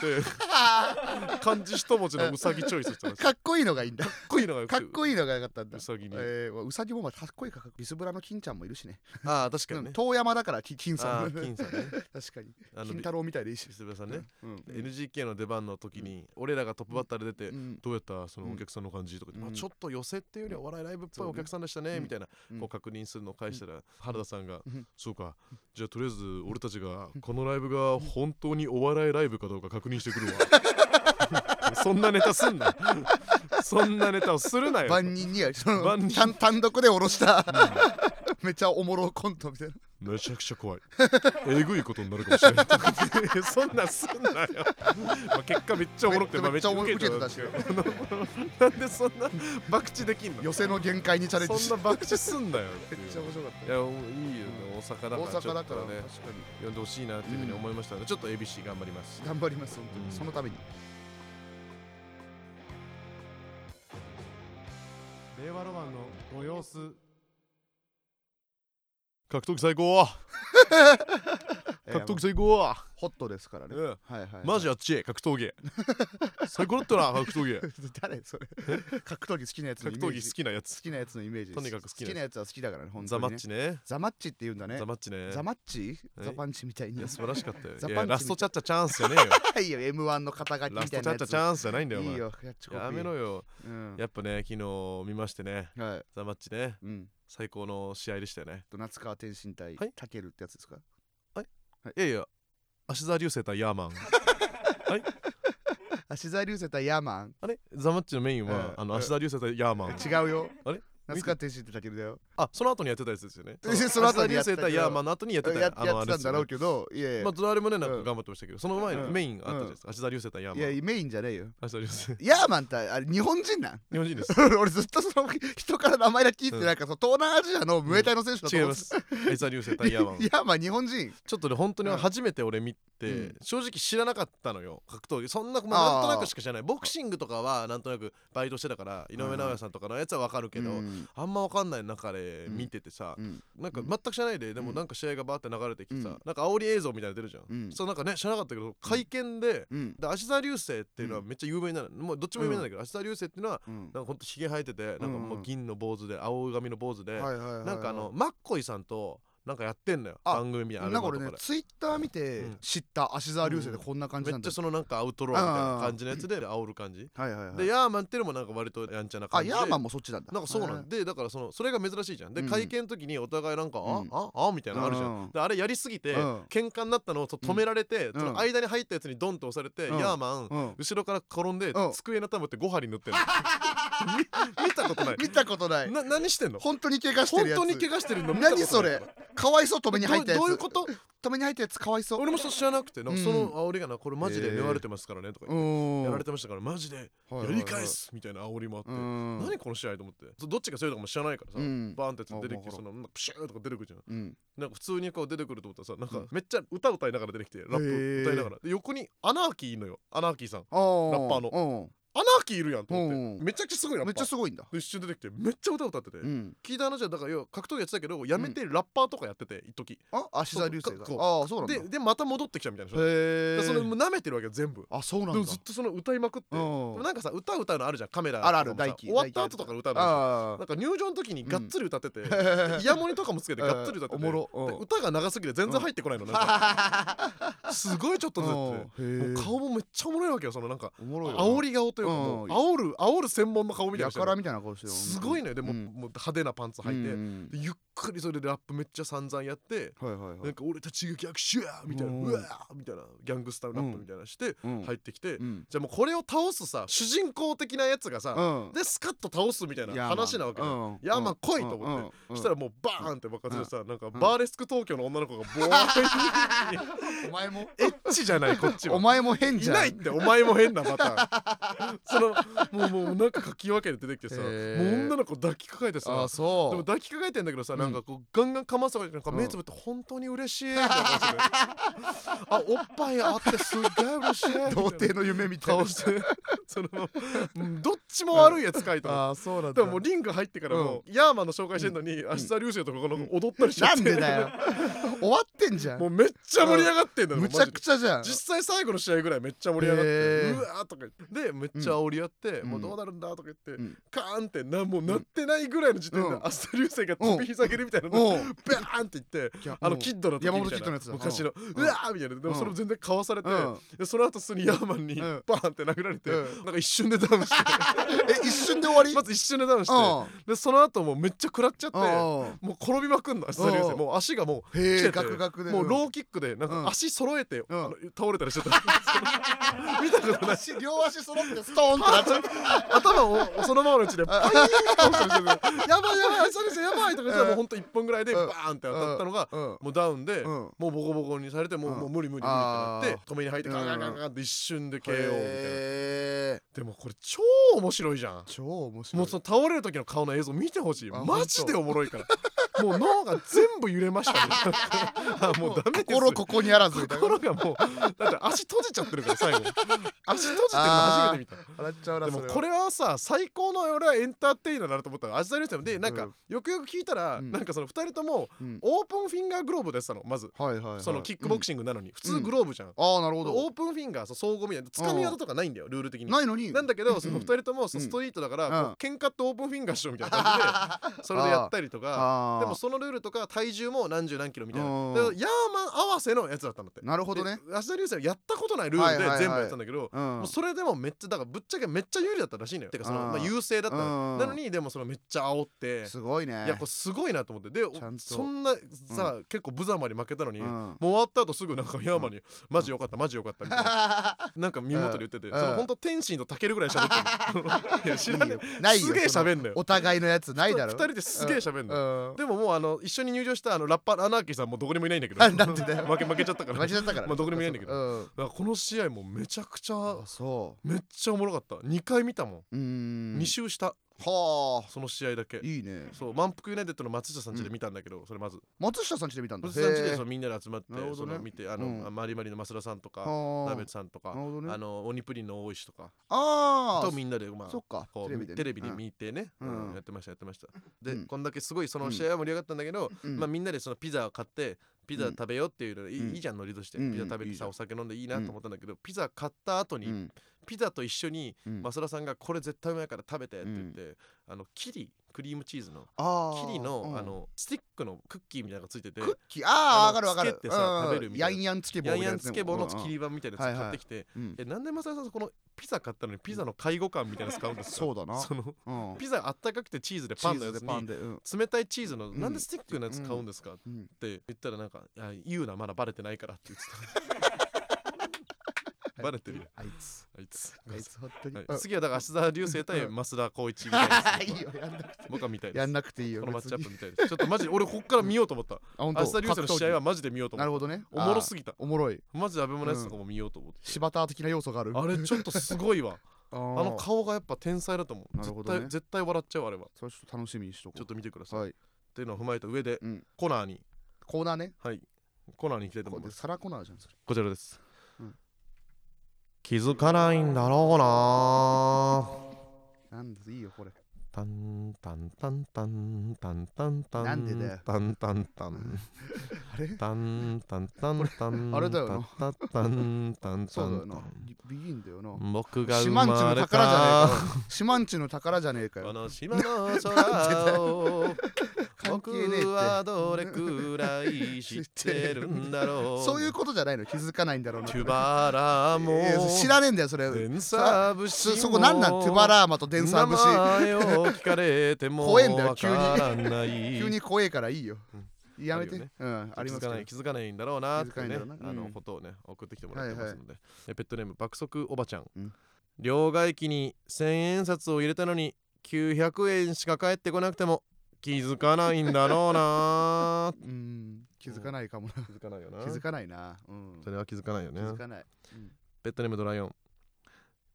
[SPEAKER 1] 漢字一文字のうさぎチョイスしたん です
[SPEAKER 2] かっこいいのがいいんだ
[SPEAKER 1] かっこいいのがよく
[SPEAKER 2] かっこいいのがよかったんだ
[SPEAKER 1] うさぎに、
[SPEAKER 2] えーうさぎもまあかっこいいかビスブラの金ちゃんもいるしね
[SPEAKER 1] ああ確かにね、
[SPEAKER 2] 遠山だからき金さ
[SPEAKER 1] あ
[SPEAKER 2] ん
[SPEAKER 1] ー金さんね
[SPEAKER 2] 確かに
[SPEAKER 1] あの
[SPEAKER 2] 金太郎みたいでいいし
[SPEAKER 1] ビスブラさんね、
[SPEAKER 2] うん
[SPEAKER 1] で NGK の出番の時に、俺らがトップバッターで出て、
[SPEAKER 2] うん
[SPEAKER 1] どうやったそのお客さんの感じとか、
[SPEAKER 2] うん
[SPEAKER 1] まあ、ちょっと寄せっていうよりはお笑いライブっぽいお客さんでしたね、
[SPEAKER 2] うん
[SPEAKER 1] みたいな、
[SPEAKER 2] うん
[SPEAKER 1] こう確認するのを返したら、原田さんが、
[SPEAKER 2] うん
[SPEAKER 1] そうかじゃあとりあえず俺たちがこのライブが本当にお笑いライブかどうか確認してくるわ そんなネタすん なそんなネタをするなよ
[SPEAKER 2] 万人にはその
[SPEAKER 1] 万人
[SPEAKER 2] 単単独で下ろした めっちゃおもろコントみたいな
[SPEAKER 1] めちゃくちゃ怖いえぐいことになるかもしれない そんなんすんなよ、まあ、結果めっちゃおもろくてまあ
[SPEAKER 2] めっちゃおもろ
[SPEAKER 1] め
[SPEAKER 2] 受
[SPEAKER 1] っ
[SPEAKER 2] け
[SPEAKER 1] ちゃ
[SPEAKER 2] て
[SPEAKER 1] ウケ
[SPEAKER 2] た
[SPEAKER 1] ち
[SPEAKER 2] し
[SPEAKER 1] ゃうなんでそんな博打できんの
[SPEAKER 2] 寄せの限界にチャレンジし
[SPEAKER 1] そんな爆打すんなよって
[SPEAKER 2] め
[SPEAKER 1] いう
[SPEAKER 2] っちゃ面白かっ
[SPEAKER 1] い
[SPEAKER 2] た
[SPEAKER 1] やもういいよね、大阪だから
[SPEAKER 2] 大
[SPEAKER 1] ちょっと
[SPEAKER 2] 阪だから
[SPEAKER 1] ね
[SPEAKER 2] ね
[SPEAKER 1] 呼んでほしいなっていうふうに思いましたので、ちょっと ABC 頑張ります
[SPEAKER 2] 頑張ります本当
[SPEAKER 1] うん
[SPEAKER 2] にそのために
[SPEAKER 3] 令和ロマンのご様子
[SPEAKER 1] 格闘技最高格闘技最高、
[SPEAKER 2] ホットですからね
[SPEAKER 1] うん
[SPEAKER 2] はいはい
[SPEAKER 1] マジあっち格闘技最高だったな格闘技
[SPEAKER 2] 誰それ格闘技好きなやつの
[SPEAKER 1] 格
[SPEAKER 2] イ
[SPEAKER 1] 闘
[SPEAKER 2] メー
[SPEAKER 1] 技
[SPEAKER 2] ジ
[SPEAKER 1] 好きなやつ
[SPEAKER 2] 好きなやつのイメージです
[SPEAKER 1] とにかく好きなやつ
[SPEAKER 2] 好きなやつは好きだからね本当
[SPEAKER 1] ザマ
[SPEAKER 2] にね
[SPEAKER 1] ッチね
[SPEAKER 2] ザマッチって言うんだね
[SPEAKER 1] ザマッチね
[SPEAKER 2] ザマッチ
[SPEAKER 1] え
[SPEAKER 2] ザパンチみたい
[SPEAKER 1] い
[SPEAKER 2] に
[SPEAKER 1] や素晴らしかったよい
[SPEAKER 2] ザパンチみた
[SPEAKER 1] や
[SPEAKER 2] い
[SPEAKER 1] ラストチャッチャチャンスじゃ ねえよ
[SPEAKER 2] いいよ M1 の肩書き
[SPEAKER 1] ラ
[SPEAKER 2] み
[SPEAKER 1] スト
[SPEAKER 2] たい
[SPEAKER 1] チャッ
[SPEAKER 2] なや
[SPEAKER 1] チャ
[SPEAKER 2] つ
[SPEAKER 1] チャンスじゃないんだよお
[SPEAKER 2] いい
[SPEAKER 1] 前
[SPEAKER 2] よやっちゃこいい
[SPEAKER 1] やめろよ
[SPEAKER 2] うん
[SPEAKER 1] やっぱね昨日見ましてね
[SPEAKER 2] はい
[SPEAKER 1] ザマッチね
[SPEAKER 2] うん
[SPEAKER 1] 最高の試合でしたよね
[SPEAKER 2] と夏川天心対
[SPEAKER 1] はい
[SPEAKER 2] タケルってやつですか
[SPEAKER 1] いやいや芦沢流星対ヤーマ ン
[SPEAKER 2] 足沢流星対ヤーマン
[SPEAKER 1] あれザマッチのメインは、
[SPEAKER 2] ええ
[SPEAKER 1] あの芦田流星とヤーマン。
[SPEAKER 2] 違うよ
[SPEAKER 1] あれ
[SPEAKER 2] 夏川天心対タケルだよ
[SPEAKER 1] あ、その後にやってたやつですよね。
[SPEAKER 2] えその後に
[SPEAKER 1] 芦
[SPEAKER 2] やっ
[SPEAKER 1] 田流星と
[SPEAKER 2] てた
[SPEAKER 1] ヤーマンの後にやって
[SPEAKER 2] や
[SPEAKER 1] た
[SPEAKER 2] やって
[SPEAKER 1] あのあれ
[SPEAKER 2] た
[SPEAKER 1] で
[SPEAKER 2] ん
[SPEAKER 1] すよね
[SPEAKER 2] だろうけどいやいや
[SPEAKER 1] まあ、ドラレもね、なん
[SPEAKER 2] う
[SPEAKER 1] か
[SPEAKER 2] ん
[SPEAKER 1] 頑張ってましたけど、その前
[SPEAKER 2] う
[SPEAKER 1] に
[SPEAKER 2] ん
[SPEAKER 1] メインあったじゃないですか。芦田流星とヤー
[SPEAKER 2] いや
[SPEAKER 1] マン。
[SPEAKER 2] メインじゃねえよ
[SPEAKER 1] 芦田流星。
[SPEAKER 2] ヤーマンってあれ日本人なん
[SPEAKER 1] 日本人です。
[SPEAKER 2] 俺ずっとその人から名前が聞いてなんかその東南アジアのムエタイの選手だと
[SPEAKER 1] 違い
[SPEAKER 2] 思っ
[SPEAKER 1] ま
[SPEAKER 2] て
[SPEAKER 1] す。芦田流星とヤーマン。
[SPEAKER 2] ヤーマン日本人
[SPEAKER 1] ちょっとね、本当に初めて俺見て、
[SPEAKER 2] うん
[SPEAKER 1] 正直知らなかったのよ。格闘技。そんな、まあ、な
[SPEAKER 2] あー
[SPEAKER 1] んとなくしか知らない。ボクシングとかは、なんとなくバイトしてたから、井上尚弥さんとかのやつはわかるけど、
[SPEAKER 2] うん
[SPEAKER 1] あんまわかんない中で見ててさ、
[SPEAKER 2] うん
[SPEAKER 1] なんか全く知らないで、でも
[SPEAKER 2] うん
[SPEAKER 1] なんか試合がバーって流れてきてさ、
[SPEAKER 2] うん
[SPEAKER 1] なんか煽り映像みたいなの出るじゃん。
[SPEAKER 2] うん
[SPEAKER 1] そうなんかね知らなかったけど会見で,、
[SPEAKER 2] うん
[SPEAKER 1] で芦沢流星っていうのはめっちゃ有名なの、もうどっちも有名なんだけど、芦沢流星っていうのは
[SPEAKER 2] うん
[SPEAKER 1] なんかほんとひげ生えてて、なんかもう銀の坊主で青髪の坊主で、
[SPEAKER 2] はいはいはい
[SPEAKER 1] なんかあのマッコイさんとなんかやってんのよ
[SPEAKER 2] あ
[SPEAKER 1] 番組や
[SPEAKER 2] な
[SPEAKER 1] る
[SPEAKER 2] ん
[SPEAKER 1] の
[SPEAKER 2] か
[SPEAKER 1] とか
[SPEAKER 2] 俺
[SPEAKER 1] で
[SPEAKER 2] ねツイッター見て
[SPEAKER 1] うん
[SPEAKER 2] 知った芦沢流星でこんな感じ
[SPEAKER 1] め
[SPEAKER 2] な
[SPEAKER 1] っ
[SPEAKER 2] ん
[SPEAKER 1] ち
[SPEAKER 2] だ
[SPEAKER 1] ゃそのなんかアウトローみたいな感じのやつで煽る感じ、
[SPEAKER 2] はいはいは
[SPEAKER 1] で
[SPEAKER 2] い
[SPEAKER 1] ヤーマンっていうのもなんか割とやんちゃな
[SPEAKER 2] あ
[SPEAKER 1] 感じで
[SPEAKER 2] ヤーマンもそっちなんだ
[SPEAKER 1] なんかそうなんでだからそのそれが珍しいじゃんで
[SPEAKER 2] うん
[SPEAKER 1] 会見の時にお互いなんか「あ
[SPEAKER 2] うん
[SPEAKER 1] ああみたいなのあるじゃ
[SPEAKER 2] うんん
[SPEAKER 1] であれやりすぎて
[SPEAKER 2] うん
[SPEAKER 1] 喧嘩になったのをと止められて
[SPEAKER 2] ん
[SPEAKER 1] その間に入ったやつにドンって押されて
[SPEAKER 2] うん
[SPEAKER 1] ヤーマン
[SPEAKER 2] うん
[SPEAKER 1] 後ろから転んで
[SPEAKER 2] うん
[SPEAKER 1] 机の頭って5針塗ってる見見たことない
[SPEAKER 2] 見たことない
[SPEAKER 1] な何してんの
[SPEAKER 2] 本当に怪我して
[SPEAKER 1] 本
[SPEAKER 2] るやつ
[SPEAKER 1] 当に怪我してるの見たことない
[SPEAKER 2] 何それかわいそう止めに入ったやつ
[SPEAKER 1] どうどういうこと
[SPEAKER 2] 止めに入ったやつかわいそう
[SPEAKER 1] 俺もそう知らなくてなんか
[SPEAKER 2] うん
[SPEAKER 1] その煽りがなこれマジで狙われてますからねとか
[SPEAKER 2] う
[SPEAKER 1] 言って
[SPEAKER 2] ん
[SPEAKER 1] やられてましたからマジでやり返すみたいな煽りもあって
[SPEAKER 2] うん
[SPEAKER 1] 何この試合と思ってそどっちが強いとかも知らないからさ
[SPEAKER 2] うん
[SPEAKER 1] バーンってやつ出てきて
[SPEAKER 2] あ
[SPEAKER 1] そ
[SPEAKER 2] わ
[SPEAKER 1] のなんかプシューとか出てくるじゃん
[SPEAKER 2] うん
[SPEAKER 1] なんか普通にこう出てくると思ったらさなん
[SPEAKER 2] う
[SPEAKER 1] か
[SPEAKER 2] ん
[SPEAKER 1] めっちゃ歌歌いながら出てきてラップ歌いながらで横にアナーキーいんのよアナーキーさん
[SPEAKER 2] ラッ
[SPEAKER 1] ッパーの
[SPEAKER 2] の
[SPEAKER 1] アナーキーいるやんと思っ
[SPEAKER 2] う
[SPEAKER 1] て
[SPEAKER 2] ん
[SPEAKER 1] めちゃくちゃすごいラッ
[SPEAKER 2] めっち
[SPEAKER 1] パ
[SPEAKER 2] ゃ
[SPEAKER 1] ー
[SPEAKER 2] すごいんだ
[SPEAKER 1] で一瞬出てきてめっちゃ歌歌ってて
[SPEAKER 2] うん
[SPEAKER 1] 聞いた話はだから要は格闘技やってたけどやめてラッパーとかやってて一時
[SPEAKER 2] あ芦沢流星が
[SPEAKER 1] そう
[SPEAKER 2] ああそうなんだ
[SPEAKER 1] ででまた戻ってきたみたいな
[SPEAKER 2] へ
[SPEAKER 1] で
[SPEAKER 2] え
[SPEAKER 1] それもう舐めてるわけよ全部
[SPEAKER 2] あそうな
[SPEAKER 1] で
[SPEAKER 2] ん
[SPEAKER 1] も
[SPEAKER 2] だ
[SPEAKER 1] ずっとその歌いまくってで
[SPEAKER 2] うん
[SPEAKER 1] もなんかさ歌歌うのあるじゃんカメラ
[SPEAKER 2] あるある
[SPEAKER 1] とかもさ
[SPEAKER 2] 大輝
[SPEAKER 1] 終わった
[SPEAKER 2] 大輝
[SPEAKER 1] 後とかで歌うのあるじゃん
[SPEAKER 2] あ
[SPEAKER 1] なんか入場の時にがっつり歌って て、イヤモニとかもつけてがっつり歌ってて、
[SPEAKER 2] うんおもろうん
[SPEAKER 1] で歌が長すぎて全然入ってこないの、なんかすごいちょっとずつって、
[SPEAKER 2] うんへー
[SPEAKER 1] もう顔もめっちゃおもろいわけよそのなんか
[SPEAKER 2] おもろいよな
[SPEAKER 1] 煽り顔というかもう
[SPEAKER 2] うん
[SPEAKER 1] 煽る煽る専門の顔みたい
[SPEAKER 2] や
[SPEAKER 1] な人
[SPEAKER 2] からみたいな顔してる
[SPEAKER 1] すごいねでも,、
[SPEAKER 2] うん
[SPEAKER 1] もう派手なパンツ履いて、
[SPEAKER 2] うん
[SPEAKER 1] でゆっくりそれでラップめっちゃ散々やって、
[SPEAKER 2] はいはいは
[SPEAKER 1] なん
[SPEAKER 2] い
[SPEAKER 1] か俺たちが逆襲やみたいな、
[SPEAKER 2] うん
[SPEAKER 1] うわーみたいなギャングスターラップみたいなして
[SPEAKER 2] うん
[SPEAKER 1] 入ってきて、
[SPEAKER 2] うん
[SPEAKER 1] じゃあもうこれを倒すさ主人公的なやつがさ、
[SPEAKER 2] うん
[SPEAKER 1] でスカッと倒すみたいな話なわけだよヤーマン来いと思って、そした
[SPEAKER 2] ら
[SPEAKER 1] らもうバーンって爆発してさ、なんかバーレスク東京の女の子がボワーン
[SPEAKER 2] お前も
[SPEAKER 1] エッチじゃないこっちは
[SPEAKER 2] お前も変
[SPEAKER 1] い
[SPEAKER 2] じゃん
[SPEAKER 1] ないってお前も変なパター ンそのもうもうなんかかき分けて出てきてさ、
[SPEAKER 2] へー
[SPEAKER 1] もう女の子抱きかかえて
[SPEAKER 2] あ
[SPEAKER 1] さ
[SPEAKER 2] あそう
[SPEAKER 1] でも抱きかかえてんだけどさ、
[SPEAKER 2] うん
[SPEAKER 1] なんかこうガンガンかますとかなんか
[SPEAKER 2] うん
[SPEAKER 1] 目つぶって本当に嬉しいみたいな顔 してるあおっぱいあってすっげえ嬉しいみたいな
[SPEAKER 2] 童貞の夢みたいな
[SPEAKER 1] 顔してそのうんどっちも悪いやつかいと思って
[SPEAKER 2] ああそうなん
[SPEAKER 1] で
[SPEAKER 2] だ
[SPEAKER 1] ももうリング入ってからもう、ヤーマンの紹介してんのに、アシスタリュウセイとかこの子踊ったりしちゃ
[SPEAKER 2] な
[SPEAKER 1] って
[SPEAKER 2] んでだ よ終わってんじゃ
[SPEAKER 1] も
[SPEAKER 2] ん
[SPEAKER 1] うめっちゃ盛り上がってんだよ、マ
[SPEAKER 2] む
[SPEAKER 1] ジ
[SPEAKER 2] ちゃ
[SPEAKER 1] で
[SPEAKER 2] くちゃじゃん
[SPEAKER 1] 実際最後の試合ぐらいめっちゃ盛り上がって、
[SPEAKER 2] へー
[SPEAKER 1] うわーとか言ってでめっちゃ煽り合って、
[SPEAKER 2] うん
[SPEAKER 1] もうどうなるんだとか言って、
[SPEAKER 2] うん
[SPEAKER 1] カーンってなもうなってないぐらいの時点で、
[SPEAKER 2] うん
[SPEAKER 1] アスタリューセイが飛びひざげるみたいなの、
[SPEAKER 2] おう
[SPEAKER 1] バーンって言って、
[SPEAKER 2] いや
[SPEAKER 1] あ
[SPEAKER 2] も
[SPEAKER 1] の
[SPEAKER 2] う
[SPEAKER 1] キッドの時みたいな
[SPEAKER 2] 山本キッドのやつだ
[SPEAKER 1] 昔の、う
[SPEAKER 2] うん
[SPEAKER 1] わーみたいなでもそれも全然かわされて、
[SPEAKER 2] うん
[SPEAKER 1] でその後すぐにヤーマンに
[SPEAKER 2] う
[SPEAKER 1] バ
[SPEAKER 2] ん
[SPEAKER 1] ーンって殴られて、
[SPEAKER 2] うん
[SPEAKER 1] なんか一瞬でダウンして
[SPEAKER 2] え一瞬で終わり
[SPEAKER 1] まず一瞬でダウンして、
[SPEAKER 2] う
[SPEAKER 1] でその後もうめっちゃ食らっちゃって、
[SPEAKER 2] んうん
[SPEAKER 1] もう転びまくんのアスタリューセイ
[SPEAKER 2] うん
[SPEAKER 1] もう足がもう
[SPEAKER 2] へ
[SPEAKER 1] 来てて
[SPEAKER 2] えガクガクで
[SPEAKER 1] もうローキックでなん
[SPEAKER 2] う
[SPEAKER 1] か
[SPEAKER 2] ん
[SPEAKER 1] 足揃えて、
[SPEAKER 2] ん
[SPEAKER 1] あの倒れたりしてた 見たことない
[SPEAKER 2] 足両足揃ってストーンってなっちゃ う
[SPEAKER 1] 頭をそのままのうちでパイーンと倒 したりして てやばいやばいアサリさんやばいとか言ったらもうほんと1本ぐらいで
[SPEAKER 2] うん
[SPEAKER 1] バーンって当たったのが
[SPEAKER 2] うん
[SPEAKER 1] もうダウンで
[SPEAKER 2] うん
[SPEAKER 1] もうボコボコにされてもう
[SPEAKER 2] うん
[SPEAKER 1] もう無理無理無理ってなって
[SPEAKER 2] あ
[SPEAKER 1] 止めに入ってガンガンガンガンって一瞬で KO みたいな
[SPEAKER 2] へえ
[SPEAKER 1] でもこれ超面白いじゃん
[SPEAKER 2] 超面白い
[SPEAKER 1] もうその倒れる時の顔の映像見てほしい
[SPEAKER 2] あ
[SPEAKER 1] マジでおもろいからもう脳が全部揺れましたね あもうダメです
[SPEAKER 2] 心ここにあらずみた いな
[SPEAKER 1] 心がもうだって足閉じちゃってるから最後足閉じてるの初めて見た
[SPEAKER 2] 笑っちゃうな
[SPEAKER 1] でもこれはさ最高の俺はエンターテイナーだなと思ったのアジタリウスでなんか、
[SPEAKER 2] うん
[SPEAKER 1] よくよく聞いたら、
[SPEAKER 2] うん
[SPEAKER 1] なんかその2人とも
[SPEAKER 2] うん
[SPEAKER 1] オープンフィンガーグローブでしたのまず
[SPEAKER 2] はいはいはい
[SPEAKER 1] そのキックボクシングなのに、普通グローブじゃん、
[SPEAKER 2] うんああなるほど
[SPEAKER 1] オープンフィンガーそう総合みたいなつかみ技とかないんだよルール的に
[SPEAKER 2] ないのに
[SPEAKER 1] なんだけどその2人ともそう
[SPEAKER 2] うん
[SPEAKER 1] ストリートだから、
[SPEAKER 2] うん
[SPEAKER 1] こう喧嘩ってオープンフィンガーしようみたいな感 じでそれでやったりとか
[SPEAKER 2] ああ
[SPEAKER 1] でもそのルールとか体重も何十何キロみたいな
[SPEAKER 2] うん
[SPEAKER 1] だからヤーマン合わせのやつだったんだって
[SPEAKER 2] なるほどね
[SPEAKER 1] で安田流星はやったことないルールで
[SPEAKER 2] はいはいはい
[SPEAKER 1] 全部やってたんだけど、
[SPEAKER 2] うん
[SPEAKER 1] もうそれでもめっちゃだからぶっちゃけめっちゃ有利だったらしいのよてかその
[SPEAKER 2] あー
[SPEAKER 1] まあ、優勢だったの
[SPEAKER 2] う
[SPEAKER 1] よ
[SPEAKER 2] ん
[SPEAKER 1] なのにでもそのめっちゃ煽って
[SPEAKER 2] すごいね
[SPEAKER 1] いやこれすごいなと思ってで
[SPEAKER 2] ちゃんと
[SPEAKER 1] そんなさ、結構無様に負けたのに、
[SPEAKER 2] う
[SPEAKER 1] もうん 終わった後すぐなんかヤーマンに「マジよかったマジよかった」みたいななんか耳元で言ってて、
[SPEAKER 2] うん
[SPEAKER 1] そのほんと天心とタケルぐらい喋ってる のいや知らねえ
[SPEAKER 2] ないよ
[SPEAKER 1] すげえ喋んのよ
[SPEAKER 2] お互いのやつないだろ
[SPEAKER 1] 二人ですげえ喋んのよ、
[SPEAKER 2] うん
[SPEAKER 1] でももうあの一緒に入場したあのラッパーのアナーキーさんもどこにもいないんだけど
[SPEAKER 2] あなんでだよ
[SPEAKER 1] 負け負けちゃったから
[SPEAKER 2] マジだったから
[SPEAKER 1] まあどこにもいないんだけど
[SPEAKER 2] ど
[SPEAKER 1] だからこの試合もめちゃくちゃ
[SPEAKER 2] あそ
[SPEAKER 1] めっちゃおもろかった2回見たもん、
[SPEAKER 2] ううーん
[SPEAKER 1] 2周した
[SPEAKER 2] はあ
[SPEAKER 1] その試合だけ
[SPEAKER 2] いいね
[SPEAKER 1] そう満腹ユナイテッドの松下さん家で見たんだけど、それまず
[SPEAKER 2] 松下さんちで見たんだ
[SPEAKER 1] 松下さん家で
[SPEAKER 2] へえ
[SPEAKER 1] そのみんなで集まって、
[SPEAKER 2] なるほ
[SPEAKER 1] そ
[SPEAKER 2] どね
[SPEAKER 1] の見てあの、
[SPEAKER 2] うん
[SPEAKER 1] あマリマリの増田さんとか
[SPEAKER 2] はあ
[SPEAKER 1] ナベさんとか、
[SPEAKER 2] なるほどね
[SPEAKER 1] あの鬼プリンの大石とか
[SPEAKER 2] あ
[SPEAKER 1] と
[SPEAKER 2] あ
[SPEAKER 1] みんなでまあ
[SPEAKER 2] そっか
[SPEAKER 1] こう
[SPEAKER 2] テレビでね
[SPEAKER 1] テレビで
[SPEAKER 2] うん
[SPEAKER 1] 見てね、
[SPEAKER 2] うん
[SPEAKER 1] うんやってましたやってましたで、
[SPEAKER 2] うん
[SPEAKER 1] こんだけすごいその試合は盛り上がったんだけど、
[SPEAKER 2] うん
[SPEAKER 1] まあみんなでそのピザを買ってピザ食べようっていうので、いい
[SPEAKER 2] うん
[SPEAKER 1] いいじゃんノリとして、
[SPEAKER 2] うん
[SPEAKER 1] ピザ食べて
[SPEAKER 2] いいじ
[SPEAKER 1] さ
[SPEAKER 2] ゃん
[SPEAKER 1] お酒飲んでいいなと思ったんだけど、ピザ買った後に、
[SPEAKER 2] うん
[SPEAKER 1] ピザと一緒に
[SPEAKER 2] うん
[SPEAKER 1] マスラさんがこれ絶対うまいから食べてって言って、あのキリクリームチーズの
[SPEAKER 2] あー
[SPEAKER 1] キリの
[SPEAKER 2] うん
[SPEAKER 1] あのスティックのクッキーみたいなのがついてて
[SPEAKER 2] クッキー
[SPEAKER 1] あの
[SPEAKER 2] ああわかるわかる
[SPEAKER 1] つけてさ
[SPEAKER 2] うん
[SPEAKER 1] 食べるみた
[SPEAKER 2] ヤ
[SPEAKER 1] いな
[SPEAKER 2] ンヤンつけ棒
[SPEAKER 1] ヤン
[SPEAKER 2] みたい
[SPEAKER 1] ヤ
[SPEAKER 2] な
[SPEAKER 1] ン
[SPEAKER 2] やつね
[SPEAKER 1] つけ棒の
[SPEAKER 2] うんうん
[SPEAKER 1] 切り板みたいな
[SPEAKER 2] は
[SPEAKER 1] や
[SPEAKER 2] い
[SPEAKER 1] つ
[SPEAKER 2] は
[SPEAKER 1] 買
[SPEAKER 2] い
[SPEAKER 1] ってきて、
[SPEAKER 2] うん
[SPEAKER 1] えなんでマスラさんこのピザ買ったのにピザの介護官みたいなの使うんですか
[SPEAKER 2] そうだな
[SPEAKER 1] その
[SPEAKER 2] うん
[SPEAKER 1] ピザあったかくてチーズでパンのやつ
[SPEAKER 2] チーズでパン
[SPEAKER 1] に
[SPEAKER 2] でうん
[SPEAKER 1] 冷たいチーズの、
[SPEAKER 2] うん
[SPEAKER 1] なんでスティックのやつ買うんですかっ
[SPEAKER 2] うん
[SPEAKER 1] て言ったらなんか「いや言うなまだバレてないから」って言ってた バレてるよ
[SPEAKER 2] あいつ
[SPEAKER 1] あいつ、
[SPEAKER 2] あいつ本当に
[SPEAKER 1] はい
[SPEAKER 2] うん
[SPEAKER 1] 次はだから芦田流星対
[SPEAKER 2] う
[SPEAKER 1] 増田光一みたいな
[SPEAKER 2] いいよやんなくて
[SPEAKER 1] 僕は見たいです
[SPEAKER 2] やんなくていいよ
[SPEAKER 1] このマッチアッ
[SPEAKER 2] 別に
[SPEAKER 1] プみたいです。ちょっとマジ俺こっから見ようと思った。
[SPEAKER 2] あ本当
[SPEAKER 1] 明日リュウセの試合は
[SPEAKER 2] 格闘
[SPEAKER 1] マジで見ようと
[SPEAKER 2] 技なる
[SPEAKER 1] 思っ
[SPEAKER 2] ほどね
[SPEAKER 1] た。おもろす
[SPEAKER 2] ぎ
[SPEAKER 1] ぎた。
[SPEAKER 2] おもろい
[SPEAKER 1] マジでアベマのやつとかも見ようと思って。
[SPEAKER 2] 柴田的な要素がある
[SPEAKER 1] あれちょっとすごいわ。
[SPEAKER 2] あ
[SPEAKER 1] あ
[SPEAKER 2] の
[SPEAKER 1] の顔がやっぱ天才だと思う。
[SPEAKER 2] なる
[SPEAKER 1] 絶
[SPEAKER 2] ほどね
[SPEAKER 1] 対絶対笑っちゃうあれは。
[SPEAKER 2] それちょっと楽しみにしとこう
[SPEAKER 1] ちょっと見てください。っ
[SPEAKER 2] はい
[SPEAKER 1] ていうのを踏まえた上で
[SPEAKER 2] うん
[SPEAKER 1] コーナーに
[SPEAKER 2] コーナーね
[SPEAKER 1] はいコーナーに行きたいと
[SPEAKER 2] こ
[SPEAKER 1] 思
[SPEAKER 2] れ
[SPEAKER 1] い
[SPEAKER 2] で
[SPEAKER 1] ます。
[SPEAKER 2] サラコナーじゃんそれ
[SPEAKER 1] こちらです
[SPEAKER 2] うん。
[SPEAKER 1] 気づかないんだろうなぁ。
[SPEAKER 2] なんでいいよこれ
[SPEAKER 1] タンタンタンタンタンタンタン
[SPEAKER 2] なんでだよ
[SPEAKER 1] タンタンタン。
[SPEAKER 2] れ
[SPEAKER 1] タンタンタンタン
[SPEAKER 2] あれだよな
[SPEAKER 1] タッタッタンタン
[SPEAKER 2] そ
[SPEAKER 1] タ
[SPEAKER 2] うだよ
[SPEAKER 1] ン
[SPEAKER 2] な
[SPEAKER 1] タン
[SPEAKER 2] ビビギンだよな
[SPEAKER 1] 僕が生
[SPEAKER 2] 島んち
[SPEAKER 1] ま
[SPEAKER 2] の
[SPEAKER 1] れ
[SPEAKER 2] 宝じ
[SPEAKER 1] た
[SPEAKER 2] ゃねえかよ島んちの宝じゃねえか
[SPEAKER 1] こ
[SPEAKER 2] よ
[SPEAKER 1] の島の空を
[SPEAKER 2] 関係ねえって
[SPEAKER 1] 僕はどれくらい知ってるんだろう
[SPEAKER 2] そういうことじゃないの気づかないんだろうな
[SPEAKER 1] トゥバラも
[SPEAKER 2] いや知らねえんだよそれ
[SPEAKER 1] 電サブシ
[SPEAKER 2] そ
[SPEAKER 1] も
[SPEAKER 2] そこなんなんトゥバラーマとデンサー節
[SPEAKER 1] 名前を聞かれても
[SPEAKER 2] 怖えんだよ
[SPEAKER 1] わから ない
[SPEAKER 2] 急に怖えからいいよやめ
[SPEAKER 1] あ
[SPEAKER 2] て
[SPEAKER 1] るよね
[SPEAKER 2] うんあり
[SPEAKER 1] 気
[SPEAKER 2] ま
[SPEAKER 1] づ
[SPEAKER 2] すけ
[SPEAKER 1] かない
[SPEAKER 2] ど
[SPEAKER 1] 気づかないんだろうなって
[SPEAKER 2] 気づかない
[SPEAKER 1] ね
[SPEAKER 2] んだろうな
[SPEAKER 1] あ
[SPEAKER 2] う
[SPEAKER 1] の
[SPEAKER 2] ん
[SPEAKER 1] ことをね送ってきてもらってますので、えペットネーム爆速おばちゃん、
[SPEAKER 2] うん
[SPEAKER 1] 両替機に千円札を入れたのに900円しか返ってこなくても気づかないんだろう な
[SPEAKER 2] うん気づかないかもな
[SPEAKER 1] 気づかないよな
[SPEAKER 2] 気づかないなうん
[SPEAKER 1] それは気づかないよ
[SPEAKER 2] 気
[SPEAKER 1] ね
[SPEAKER 2] づかない
[SPEAKER 1] ペットネームドライオン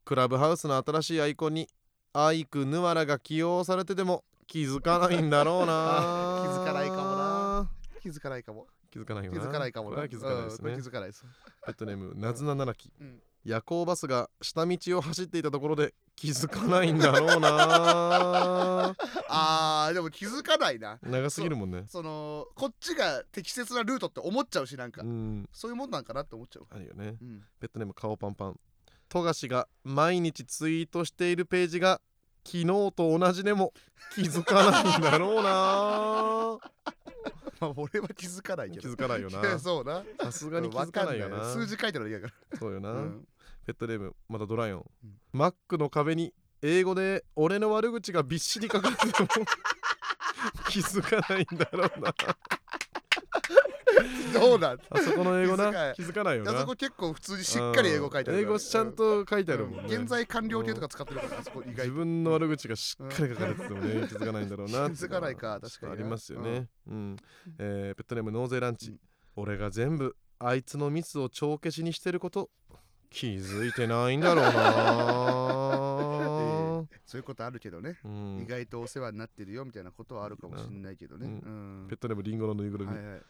[SPEAKER 1] クラブハウスの新しいアイコンにアイクヌアラが起用されてても気づかないんだろうな
[SPEAKER 2] あ気づかないかもな気づかないかも
[SPEAKER 1] 気づかない
[SPEAKER 2] 気
[SPEAKER 1] よな
[SPEAKER 2] づかないかも
[SPEAKER 1] これは気づかないで
[SPEAKER 2] うん
[SPEAKER 1] す
[SPEAKER 2] これ
[SPEAKER 1] ね
[SPEAKER 2] 気づかないです
[SPEAKER 1] ペットネームなずなならき
[SPEAKER 2] うん
[SPEAKER 1] 夜行バスが下道を走っていたところで気づかないんだろう な
[SPEAKER 2] あーでも気づかないな
[SPEAKER 1] 長すぎるもんね
[SPEAKER 2] そのこっちが適切なルートって思っちゃうしなんか
[SPEAKER 1] うん
[SPEAKER 2] そういうもんなんかなって思っちゃう
[SPEAKER 1] あるよね
[SPEAKER 2] うん
[SPEAKER 1] ペットネーム顔パンパン富樫が毎日ツイートしているページが昨日と同じでも気づかないんだろう な
[SPEAKER 2] まあ俺は気づかないけど
[SPEAKER 1] 気づかないよない
[SPEAKER 2] や そうな
[SPEAKER 1] さすがに気づかないよ
[SPEAKER 2] わ
[SPEAKER 1] な
[SPEAKER 2] かん数字書いてあるだけだか
[SPEAKER 1] そうよな、
[SPEAKER 2] らうん
[SPEAKER 1] ペットネームまたドライオン、
[SPEAKER 2] うん
[SPEAKER 1] マックの壁に英語で俺の悪口がびっしり書かれてて も気づかないんだろうな
[SPEAKER 2] どうなん
[SPEAKER 1] あそこの英語な気
[SPEAKER 2] 気
[SPEAKER 1] づかないよ
[SPEAKER 2] あ
[SPEAKER 1] な
[SPEAKER 2] そこ結構普通にしっかり英語書いてある
[SPEAKER 1] 英語ちゃんと書いてあるもんね、
[SPEAKER 2] 現在完了形とか使ってるからあそこ意
[SPEAKER 1] 自
[SPEAKER 2] 外と
[SPEAKER 1] 分の悪口がしっかり書かれててもね、気づかないんだろうな
[SPEAKER 2] 気づかないか
[SPEAKER 1] ってうのは
[SPEAKER 2] 確かに
[SPEAKER 1] ありますよね、うんえーペットネーム納税ランチ、
[SPEAKER 2] うん
[SPEAKER 1] 俺が全部あいつのミスを帳消しにしてる こと気づいてないんだろうな、
[SPEAKER 2] そういうことあるけどね
[SPEAKER 1] うん
[SPEAKER 2] 意外とお世話になってるよみたいなことはあるかもしれないけどね
[SPEAKER 1] うん
[SPEAKER 2] うん
[SPEAKER 1] ペットネームリンゴのぬいぐるみ、
[SPEAKER 2] はいはい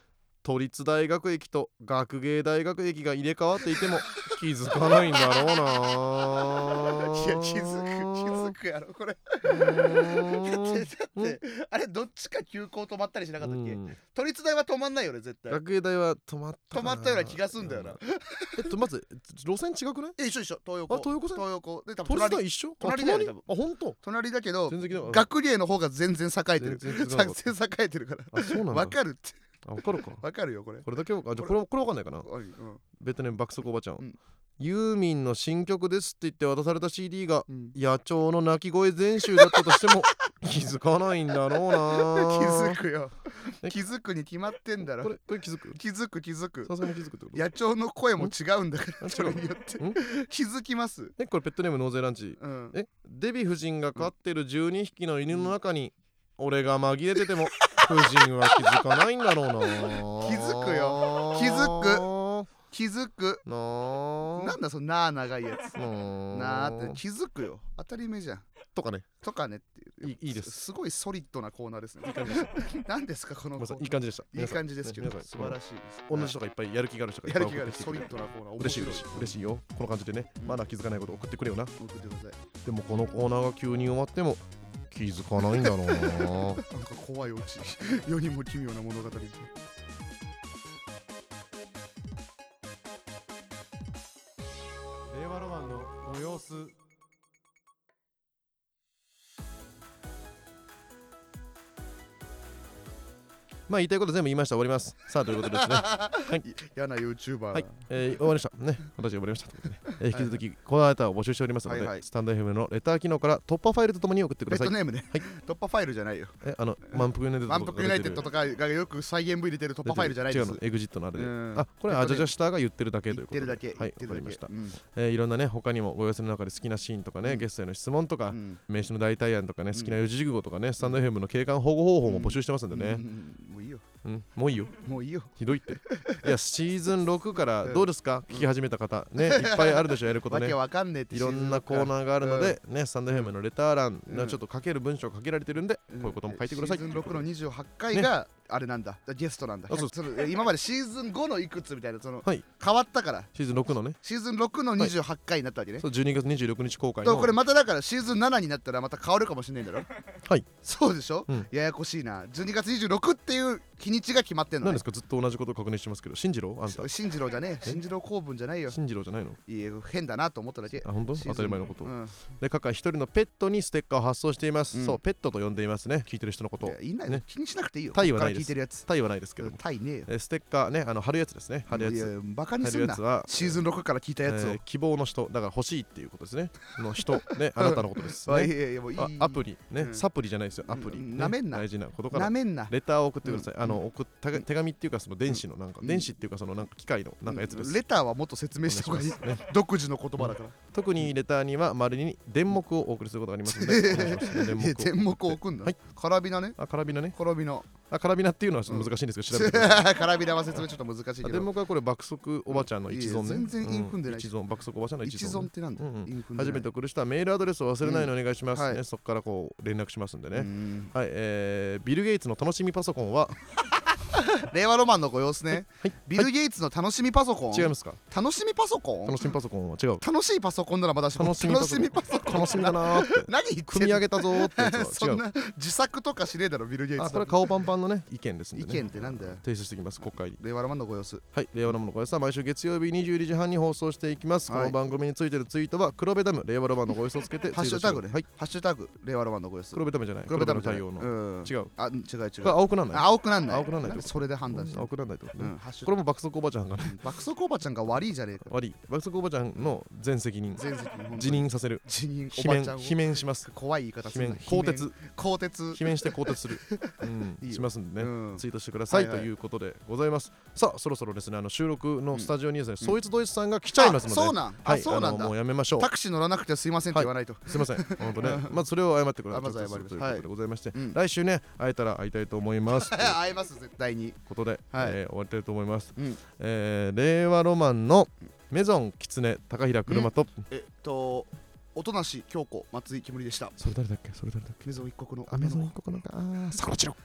[SPEAKER 1] 都立大学駅と学芸大学駅が入れ替わっていて も気づかないんだろうない
[SPEAKER 2] や気づく気づくやろこれだってだってあれどっちか急行止まったりしなか ったっけ
[SPEAKER 1] うん
[SPEAKER 2] 都立大は止まんないよね絶対
[SPEAKER 1] 学芸大は止まったかな
[SPEAKER 2] 止まったような気がすんだよな
[SPEAKER 1] うえっとまず路線違くない
[SPEAKER 2] え一緒一緒東横
[SPEAKER 1] あ東横線
[SPEAKER 2] 東横で多分
[SPEAKER 1] 都立
[SPEAKER 2] 隣
[SPEAKER 1] 大一緒あ
[SPEAKER 2] 隣だよね多分
[SPEAKER 1] あ本当
[SPEAKER 2] 隣だけど
[SPEAKER 1] 全然気づかなかっ
[SPEAKER 2] 学芸の方が全然栄えてる
[SPEAKER 1] 全然気づかなか
[SPEAKER 2] 作
[SPEAKER 1] った
[SPEAKER 2] 戦栄えてるから
[SPEAKER 1] たあそうなんだ
[SPEAKER 2] わかるって
[SPEAKER 1] あわかるか
[SPEAKER 2] わかるよこれ
[SPEAKER 1] これだけわかあじゃあこれこれわかんないかな
[SPEAKER 2] おいうん
[SPEAKER 1] ベトナム爆速おばちゃん、
[SPEAKER 2] うん
[SPEAKER 1] ユーミンの新曲ですって言って渡された CD が
[SPEAKER 2] うん
[SPEAKER 1] 野鳥の鳴き声全集だったと しても気づかないんだろうな
[SPEAKER 2] 気づ
[SPEAKER 1] く
[SPEAKER 2] くよ
[SPEAKER 1] え
[SPEAKER 2] 気づくに決まってんだ
[SPEAKER 1] こ
[SPEAKER 2] ろ
[SPEAKER 1] れこれ気づく
[SPEAKER 2] 気づく気づく
[SPEAKER 1] さすがに気づくってこと
[SPEAKER 2] 野鳥の声も違うんだか
[SPEAKER 1] ん
[SPEAKER 2] らそれによって
[SPEAKER 1] ん
[SPEAKER 2] 気づきます
[SPEAKER 1] えこれペットネーム納税ランチ
[SPEAKER 2] うん
[SPEAKER 1] えデヴィ夫人が飼ってる12匹の犬の中に俺が紛れてても夫人は気づかないんだろうな
[SPEAKER 2] 気づくよ気づ
[SPEAKER 1] く
[SPEAKER 2] 気づく
[SPEAKER 1] なあ
[SPEAKER 2] なんだそのなあ長いやつ
[SPEAKER 1] な
[SPEAKER 2] なあって気づくよ当たり前じゃん
[SPEAKER 1] とかね
[SPEAKER 2] とかねっていう
[SPEAKER 1] いいいいです
[SPEAKER 2] すごいソリッドなコーナーですね
[SPEAKER 1] 感じでした
[SPEAKER 2] 何ですかこの
[SPEAKER 1] ごめん
[SPEAKER 2] コ
[SPEAKER 1] なさいい
[SPEAKER 2] ーナ
[SPEAKER 1] い
[SPEAKER 2] ー
[SPEAKER 1] 感じでした
[SPEAKER 2] い
[SPEAKER 1] 皆
[SPEAKER 2] い
[SPEAKER 1] さん
[SPEAKER 2] 感じですけど
[SPEAKER 1] 皆さ
[SPEAKER 2] 素
[SPEAKER 1] ん
[SPEAKER 2] 晴らしいです
[SPEAKER 1] 同じ人がいっぱいやる気がある人がいっ
[SPEAKER 2] や
[SPEAKER 1] ぱい
[SPEAKER 2] る
[SPEAKER 1] 送
[SPEAKER 2] 気があ
[SPEAKER 1] っ
[SPEAKER 2] る
[SPEAKER 1] てきて
[SPEAKER 2] ソ
[SPEAKER 1] く
[SPEAKER 2] リ
[SPEAKER 1] れ
[SPEAKER 2] ッ
[SPEAKER 1] て
[SPEAKER 2] ドなコーナー
[SPEAKER 1] 嬉しい嬉しい嬉しいよこの感じでね
[SPEAKER 2] うん
[SPEAKER 1] まだ気づかないこと送ってくれよな
[SPEAKER 2] 送ってくださ
[SPEAKER 1] でもこのコーナーが急に終わっても気づかないんだろうない
[SPEAKER 2] なんか怖いオチ 世にも奇妙な物語
[SPEAKER 3] 令和ロマンのご様子
[SPEAKER 1] まあ言いたいこと全部言いました終わりますさあということでですね
[SPEAKER 2] 嫌な YouTuber、
[SPEAKER 1] はい、えー終わりましたね私終わり ましたということでね、えー引き続きこのターを募集しておりますので、
[SPEAKER 2] はいはい
[SPEAKER 1] スタンド FM のレター機能から突破ファイルとともに送ってく
[SPEAKER 2] ベ
[SPEAKER 1] だ
[SPEAKER 2] ッ
[SPEAKER 1] さい
[SPEAKER 2] ドネームね、
[SPEAKER 1] はい
[SPEAKER 2] 突破ファイルじゃないよ
[SPEAKER 1] えあの満腹ユナイテッド
[SPEAKER 2] 満腹ユナイテッド
[SPEAKER 1] とか
[SPEAKER 2] とかがよく再現部入れてる突破ファイルじゃないです
[SPEAKER 1] 違うのエグジットのあれで、
[SPEAKER 2] うん
[SPEAKER 1] あこれ
[SPEAKER 2] ベッドネーム
[SPEAKER 1] アジャジャスターが言ってるだけとい
[SPEAKER 2] 言
[SPEAKER 1] う
[SPEAKER 2] っ
[SPEAKER 1] こと
[SPEAKER 2] て
[SPEAKER 1] で
[SPEAKER 2] るだけ、
[SPEAKER 1] はい
[SPEAKER 2] 言
[SPEAKER 1] わか
[SPEAKER 2] って
[SPEAKER 1] り
[SPEAKER 2] る
[SPEAKER 1] ま
[SPEAKER 2] だ
[SPEAKER 1] し
[SPEAKER 2] け
[SPEAKER 1] た、えーいろんなね他にもご寄せの中で好きなシーンとかね、
[SPEAKER 2] うん
[SPEAKER 1] ゲストへの質問とか、
[SPEAKER 2] うんうん
[SPEAKER 1] 名刺の代替案とかね
[SPEAKER 2] うん
[SPEAKER 1] 好きな四字熟語とかね、スタンド FM の景観保護方法も募集してますんで
[SPEAKER 2] う
[SPEAKER 1] ね
[SPEAKER 2] ん、うんもういいよ
[SPEAKER 1] うんもういいよ
[SPEAKER 2] もういいよ
[SPEAKER 1] ひど いっていやシーズン6からどうですか、聞き始めた方ねいっぱいあるでしょやること
[SPEAKER 2] わ
[SPEAKER 1] ね
[SPEAKER 2] けわかんねえって
[SPEAKER 1] いろんなコー
[SPEAKER 2] ー
[SPEAKER 1] ナーがあるので、ね、スタンド FM のレター欄
[SPEAKER 2] う
[SPEAKER 1] の
[SPEAKER 2] ん
[SPEAKER 1] ちょっと書ける文章が限られてるんで、こういうことも書いてください。
[SPEAKER 2] シーズン6の28回があれなんだゲストなんだ
[SPEAKER 1] あそう
[SPEAKER 2] その今までシーズン5のいくつみたいなその、
[SPEAKER 1] はい
[SPEAKER 2] 変わったから
[SPEAKER 1] シーズン6のね
[SPEAKER 2] シーズン6の28回になったわけね、
[SPEAKER 1] そう12月26日公開
[SPEAKER 2] だか
[SPEAKER 1] の
[SPEAKER 2] らこれまただからシーズン7になったらまた変わるかもしれない んだろ
[SPEAKER 1] はい
[SPEAKER 2] そうでしょ、
[SPEAKER 1] うん
[SPEAKER 2] ややこしいな12月26っていう日にちが決まってんの、
[SPEAKER 1] 何
[SPEAKER 2] ね
[SPEAKER 1] で、すかずっと同じことを確認してますけど信じろあんた
[SPEAKER 2] 新次郎じゃねえ新次郎公文じゃないよ
[SPEAKER 1] 信じろじゃないの
[SPEAKER 2] いいえ変だなと思っただけ
[SPEAKER 1] あ本当
[SPEAKER 2] シーズン
[SPEAKER 1] 当たり前のこと、
[SPEAKER 2] うん
[SPEAKER 1] でカカ一人のペットにステッカーを発送しています、
[SPEAKER 2] うん
[SPEAKER 1] そうペットと呼んでいますね聞いてる人のこと
[SPEAKER 2] いやいいんだよ、
[SPEAKER 1] ね
[SPEAKER 2] 気にしなくていいよ
[SPEAKER 1] タイ
[SPEAKER 2] こ
[SPEAKER 1] は
[SPEAKER 2] っか
[SPEAKER 1] ない
[SPEAKER 2] ら聞
[SPEAKER 1] で
[SPEAKER 2] い
[SPEAKER 1] す
[SPEAKER 2] てるやつ
[SPEAKER 1] タイはないですけども、
[SPEAKER 2] タイねえよ
[SPEAKER 1] えステッカーねあの貼るやつですね貼るや
[SPEAKER 2] いや
[SPEAKER 1] つ
[SPEAKER 2] バカに
[SPEAKER 1] 貼
[SPEAKER 2] す
[SPEAKER 1] る
[SPEAKER 2] ん
[SPEAKER 1] や
[SPEAKER 2] な
[SPEAKER 1] つは
[SPEAKER 2] シーズン6から聞いたやつを、
[SPEAKER 1] えー希望の人だから欲しいっていうことですねの 人ねあなたのことです、
[SPEAKER 2] あい
[SPEAKER 1] ね、
[SPEAKER 2] やいやいやもういい
[SPEAKER 1] あアプリね、
[SPEAKER 2] うん
[SPEAKER 1] サプリじゃないですよアプリ、
[SPEAKER 2] うん
[SPEAKER 1] ね
[SPEAKER 2] なめんな
[SPEAKER 1] 大事なことから
[SPEAKER 2] なめんな
[SPEAKER 1] レターを送ってください、
[SPEAKER 2] うん
[SPEAKER 1] あの送った手紙っていうかその電子のなんか、
[SPEAKER 2] うん
[SPEAKER 1] 電子っていうかそのなんか機械のなんかやつです、
[SPEAKER 2] レターはもっと説明した方がいい
[SPEAKER 1] お願いしま
[SPEAKER 2] 独自の言葉だから、
[SPEAKER 1] 特にレターにはまるに電目をお送りすることがありますのでお願いします電
[SPEAKER 2] いや
[SPEAKER 1] 目
[SPEAKER 2] 天目を置くんだ、
[SPEAKER 1] はい
[SPEAKER 2] カラビナね
[SPEAKER 1] あカラビナね
[SPEAKER 2] カラビナ
[SPEAKER 1] あカラビナっていうのはちょっと難しいんですけど、調べてください
[SPEAKER 2] カラビナは説明ちょっと難しい
[SPEAKER 1] あ
[SPEAKER 2] け
[SPEAKER 1] 電
[SPEAKER 2] ど
[SPEAKER 1] 目はこれ爆速おばちゃんの一存ね
[SPEAKER 2] いやいや全然インフンで
[SPEAKER 1] う
[SPEAKER 2] ない
[SPEAKER 1] 一存爆速おばちゃんの一
[SPEAKER 2] 一
[SPEAKER 1] 存
[SPEAKER 2] 存
[SPEAKER 1] ね
[SPEAKER 2] ってなんだ、
[SPEAKER 1] うんうん
[SPEAKER 2] インフン
[SPEAKER 1] 初めて送る人はメールアドレスを忘れないのお願いしますね、
[SPEAKER 2] うんはい
[SPEAKER 1] そこからこう連絡しますんでね、
[SPEAKER 2] ね
[SPEAKER 1] はいえー、ビル・ゲイツの楽しみパソコンは
[SPEAKER 2] 令和ロマンのご様子ね、
[SPEAKER 1] はい
[SPEAKER 2] ビル・ゲイツの楽しみパソコン、
[SPEAKER 1] 違いますか
[SPEAKER 2] 楽しみパソコン
[SPEAKER 1] 楽しみパソコンは違う
[SPEAKER 2] 楽しいパソコンならまだしも
[SPEAKER 1] 楽しみパ
[SPEAKER 2] 楽
[SPEAKER 1] ソ
[SPEAKER 2] し
[SPEAKER 1] コン
[SPEAKER 2] みパソコン
[SPEAKER 1] 楽しみだなーって
[SPEAKER 2] 何言って
[SPEAKER 1] 組み上
[SPEAKER 2] ん
[SPEAKER 1] げたぞーってや
[SPEAKER 2] の
[SPEAKER 1] つは
[SPEAKER 2] そ
[SPEAKER 1] 違
[SPEAKER 2] ん
[SPEAKER 1] う
[SPEAKER 2] な自作とかしねえだろビル・ゲイ
[SPEAKER 1] あ
[SPEAKER 2] ツ
[SPEAKER 1] これ
[SPEAKER 2] の
[SPEAKER 1] 顔パンパンのね意見ですんで
[SPEAKER 2] 意
[SPEAKER 1] ね
[SPEAKER 2] 見ってなんだよ
[SPEAKER 1] 提出してきます国会に
[SPEAKER 2] 令和ロマンのご様子
[SPEAKER 1] はい令和のものごやさん毎週月曜日22時半に放送していきます、
[SPEAKER 2] はい
[SPEAKER 1] この番組についてるツイートは黒部ダム令和ロマンのごやさをつけて
[SPEAKER 2] ハッシュタグね、
[SPEAKER 1] はい
[SPEAKER 2] ハッシュタグ令和ロマンのご様子
[SPEAKER 1] 黒部ダムじゃない
[SPEAKER 2] 黒部ダム
[SPEAKER 1] 黒部の対応の、
[SPEAKER 2] の
[SPEAKER 1] 違う
[SPEAKER 2] あ違う
[SPEAKER 1] こ
[SPEAKER 2] 違
[SPEAKER 1] れ
[SPEAKER 2] う
[SPEAKER 1] 青くなんない
[SPEAKER 2] 青くなんない
[SPEAKER 1] 青くなんないってこと
[SPEAKER 2] んでそれで判断して
[SPEAKER 1] 青くなんないってこと
[SPEAKER 2] う
[SPEAKER 1] ね、
[SPEAKER 2] んハッシュ
[SPEAKER 1] これも爆速おばちゃんがね
[SPEAKER 2] 爆速おばちゃんが悪いじゃねえか
[SPEAKER 1] 悪い爆速おばちゃんの全責任
[SPEAKER 2] 全責任
[SPEAKER 1] 辞任させる
[SPEAKER 2] 辞任お
[SPEAKER 1] 罷
[SPEAKER 2] ばち
[SPEAKER 1] 免
[SPEAKER 2] ゃんを
[SPEAKER 1] 罷免します
[SPEAKER 2] 怖い言い方す
[SPEAKER 1] 罷
[SPEAKER 2] る
[SPEAKER 1] 免
[SPEAKER 2] な
[SPEAKER 1] 更迭
[SPEAKER 2] 更迭
[SPEAKER 1] 罷免して更迭 する、うん
[SPEAKER 2] いいよ
[SPEAKER 1] しますんでね、
[SPEAKER 2] うん
[SPEAKER 1] ツイートしてください、
[SPEAKER 2] はいはい
[SPEAKER 1] ということでございますさあそろそろですねあの収録のスタジオにですね、
[SPEAKER 2] うん
[SPEAKER 1] そいつドイツさんが来ちゃいますので
[SPEAKER 2] あそうなん
[SPEAKER 1] は
[SPEAKER 2] あ
[SPEAKER 1] い
[SPEAKER 2] そうな
[SPEAKER 1] あ
[SPEAKER 2] ん
[SPEAKER 1] の
[SPEAKER 2] だ
[SPEAKER 1] もうやめましょう
[SPEAKER 2] タクシー乗らなくてすいませんって言わないと
[SPEAKER 1] すいません、本当ね、まずそれを謝ってください。
[SPEAKER 2] あまず謝ります
[SPEAKER 1] ちょっとということでございまして、
[SPEAKER 2] はいうん
[SPEAKER 1] 来週ね、会えたら会いたいと思います。という
[SPEAKER 2] 会えます絶対に
[SPEAKER 1] ことで、
[SPEAKER 2] はい
[SPEAKER 1] えー終わりたいと思います。
[SPEAKER 2] うん
[SPEAKER 1] えー令和ロマンのメゾン狐高平車と、
[SPEAKER 2] えっと音無京子松井煙でした
[SPEAKER 1] それ誰だっけ、それ誰だっけ。
[SPEAKER 2] メゾン一国の
[SPEAKER 1] あ、メゾン一国のか、あー、さくらちろ。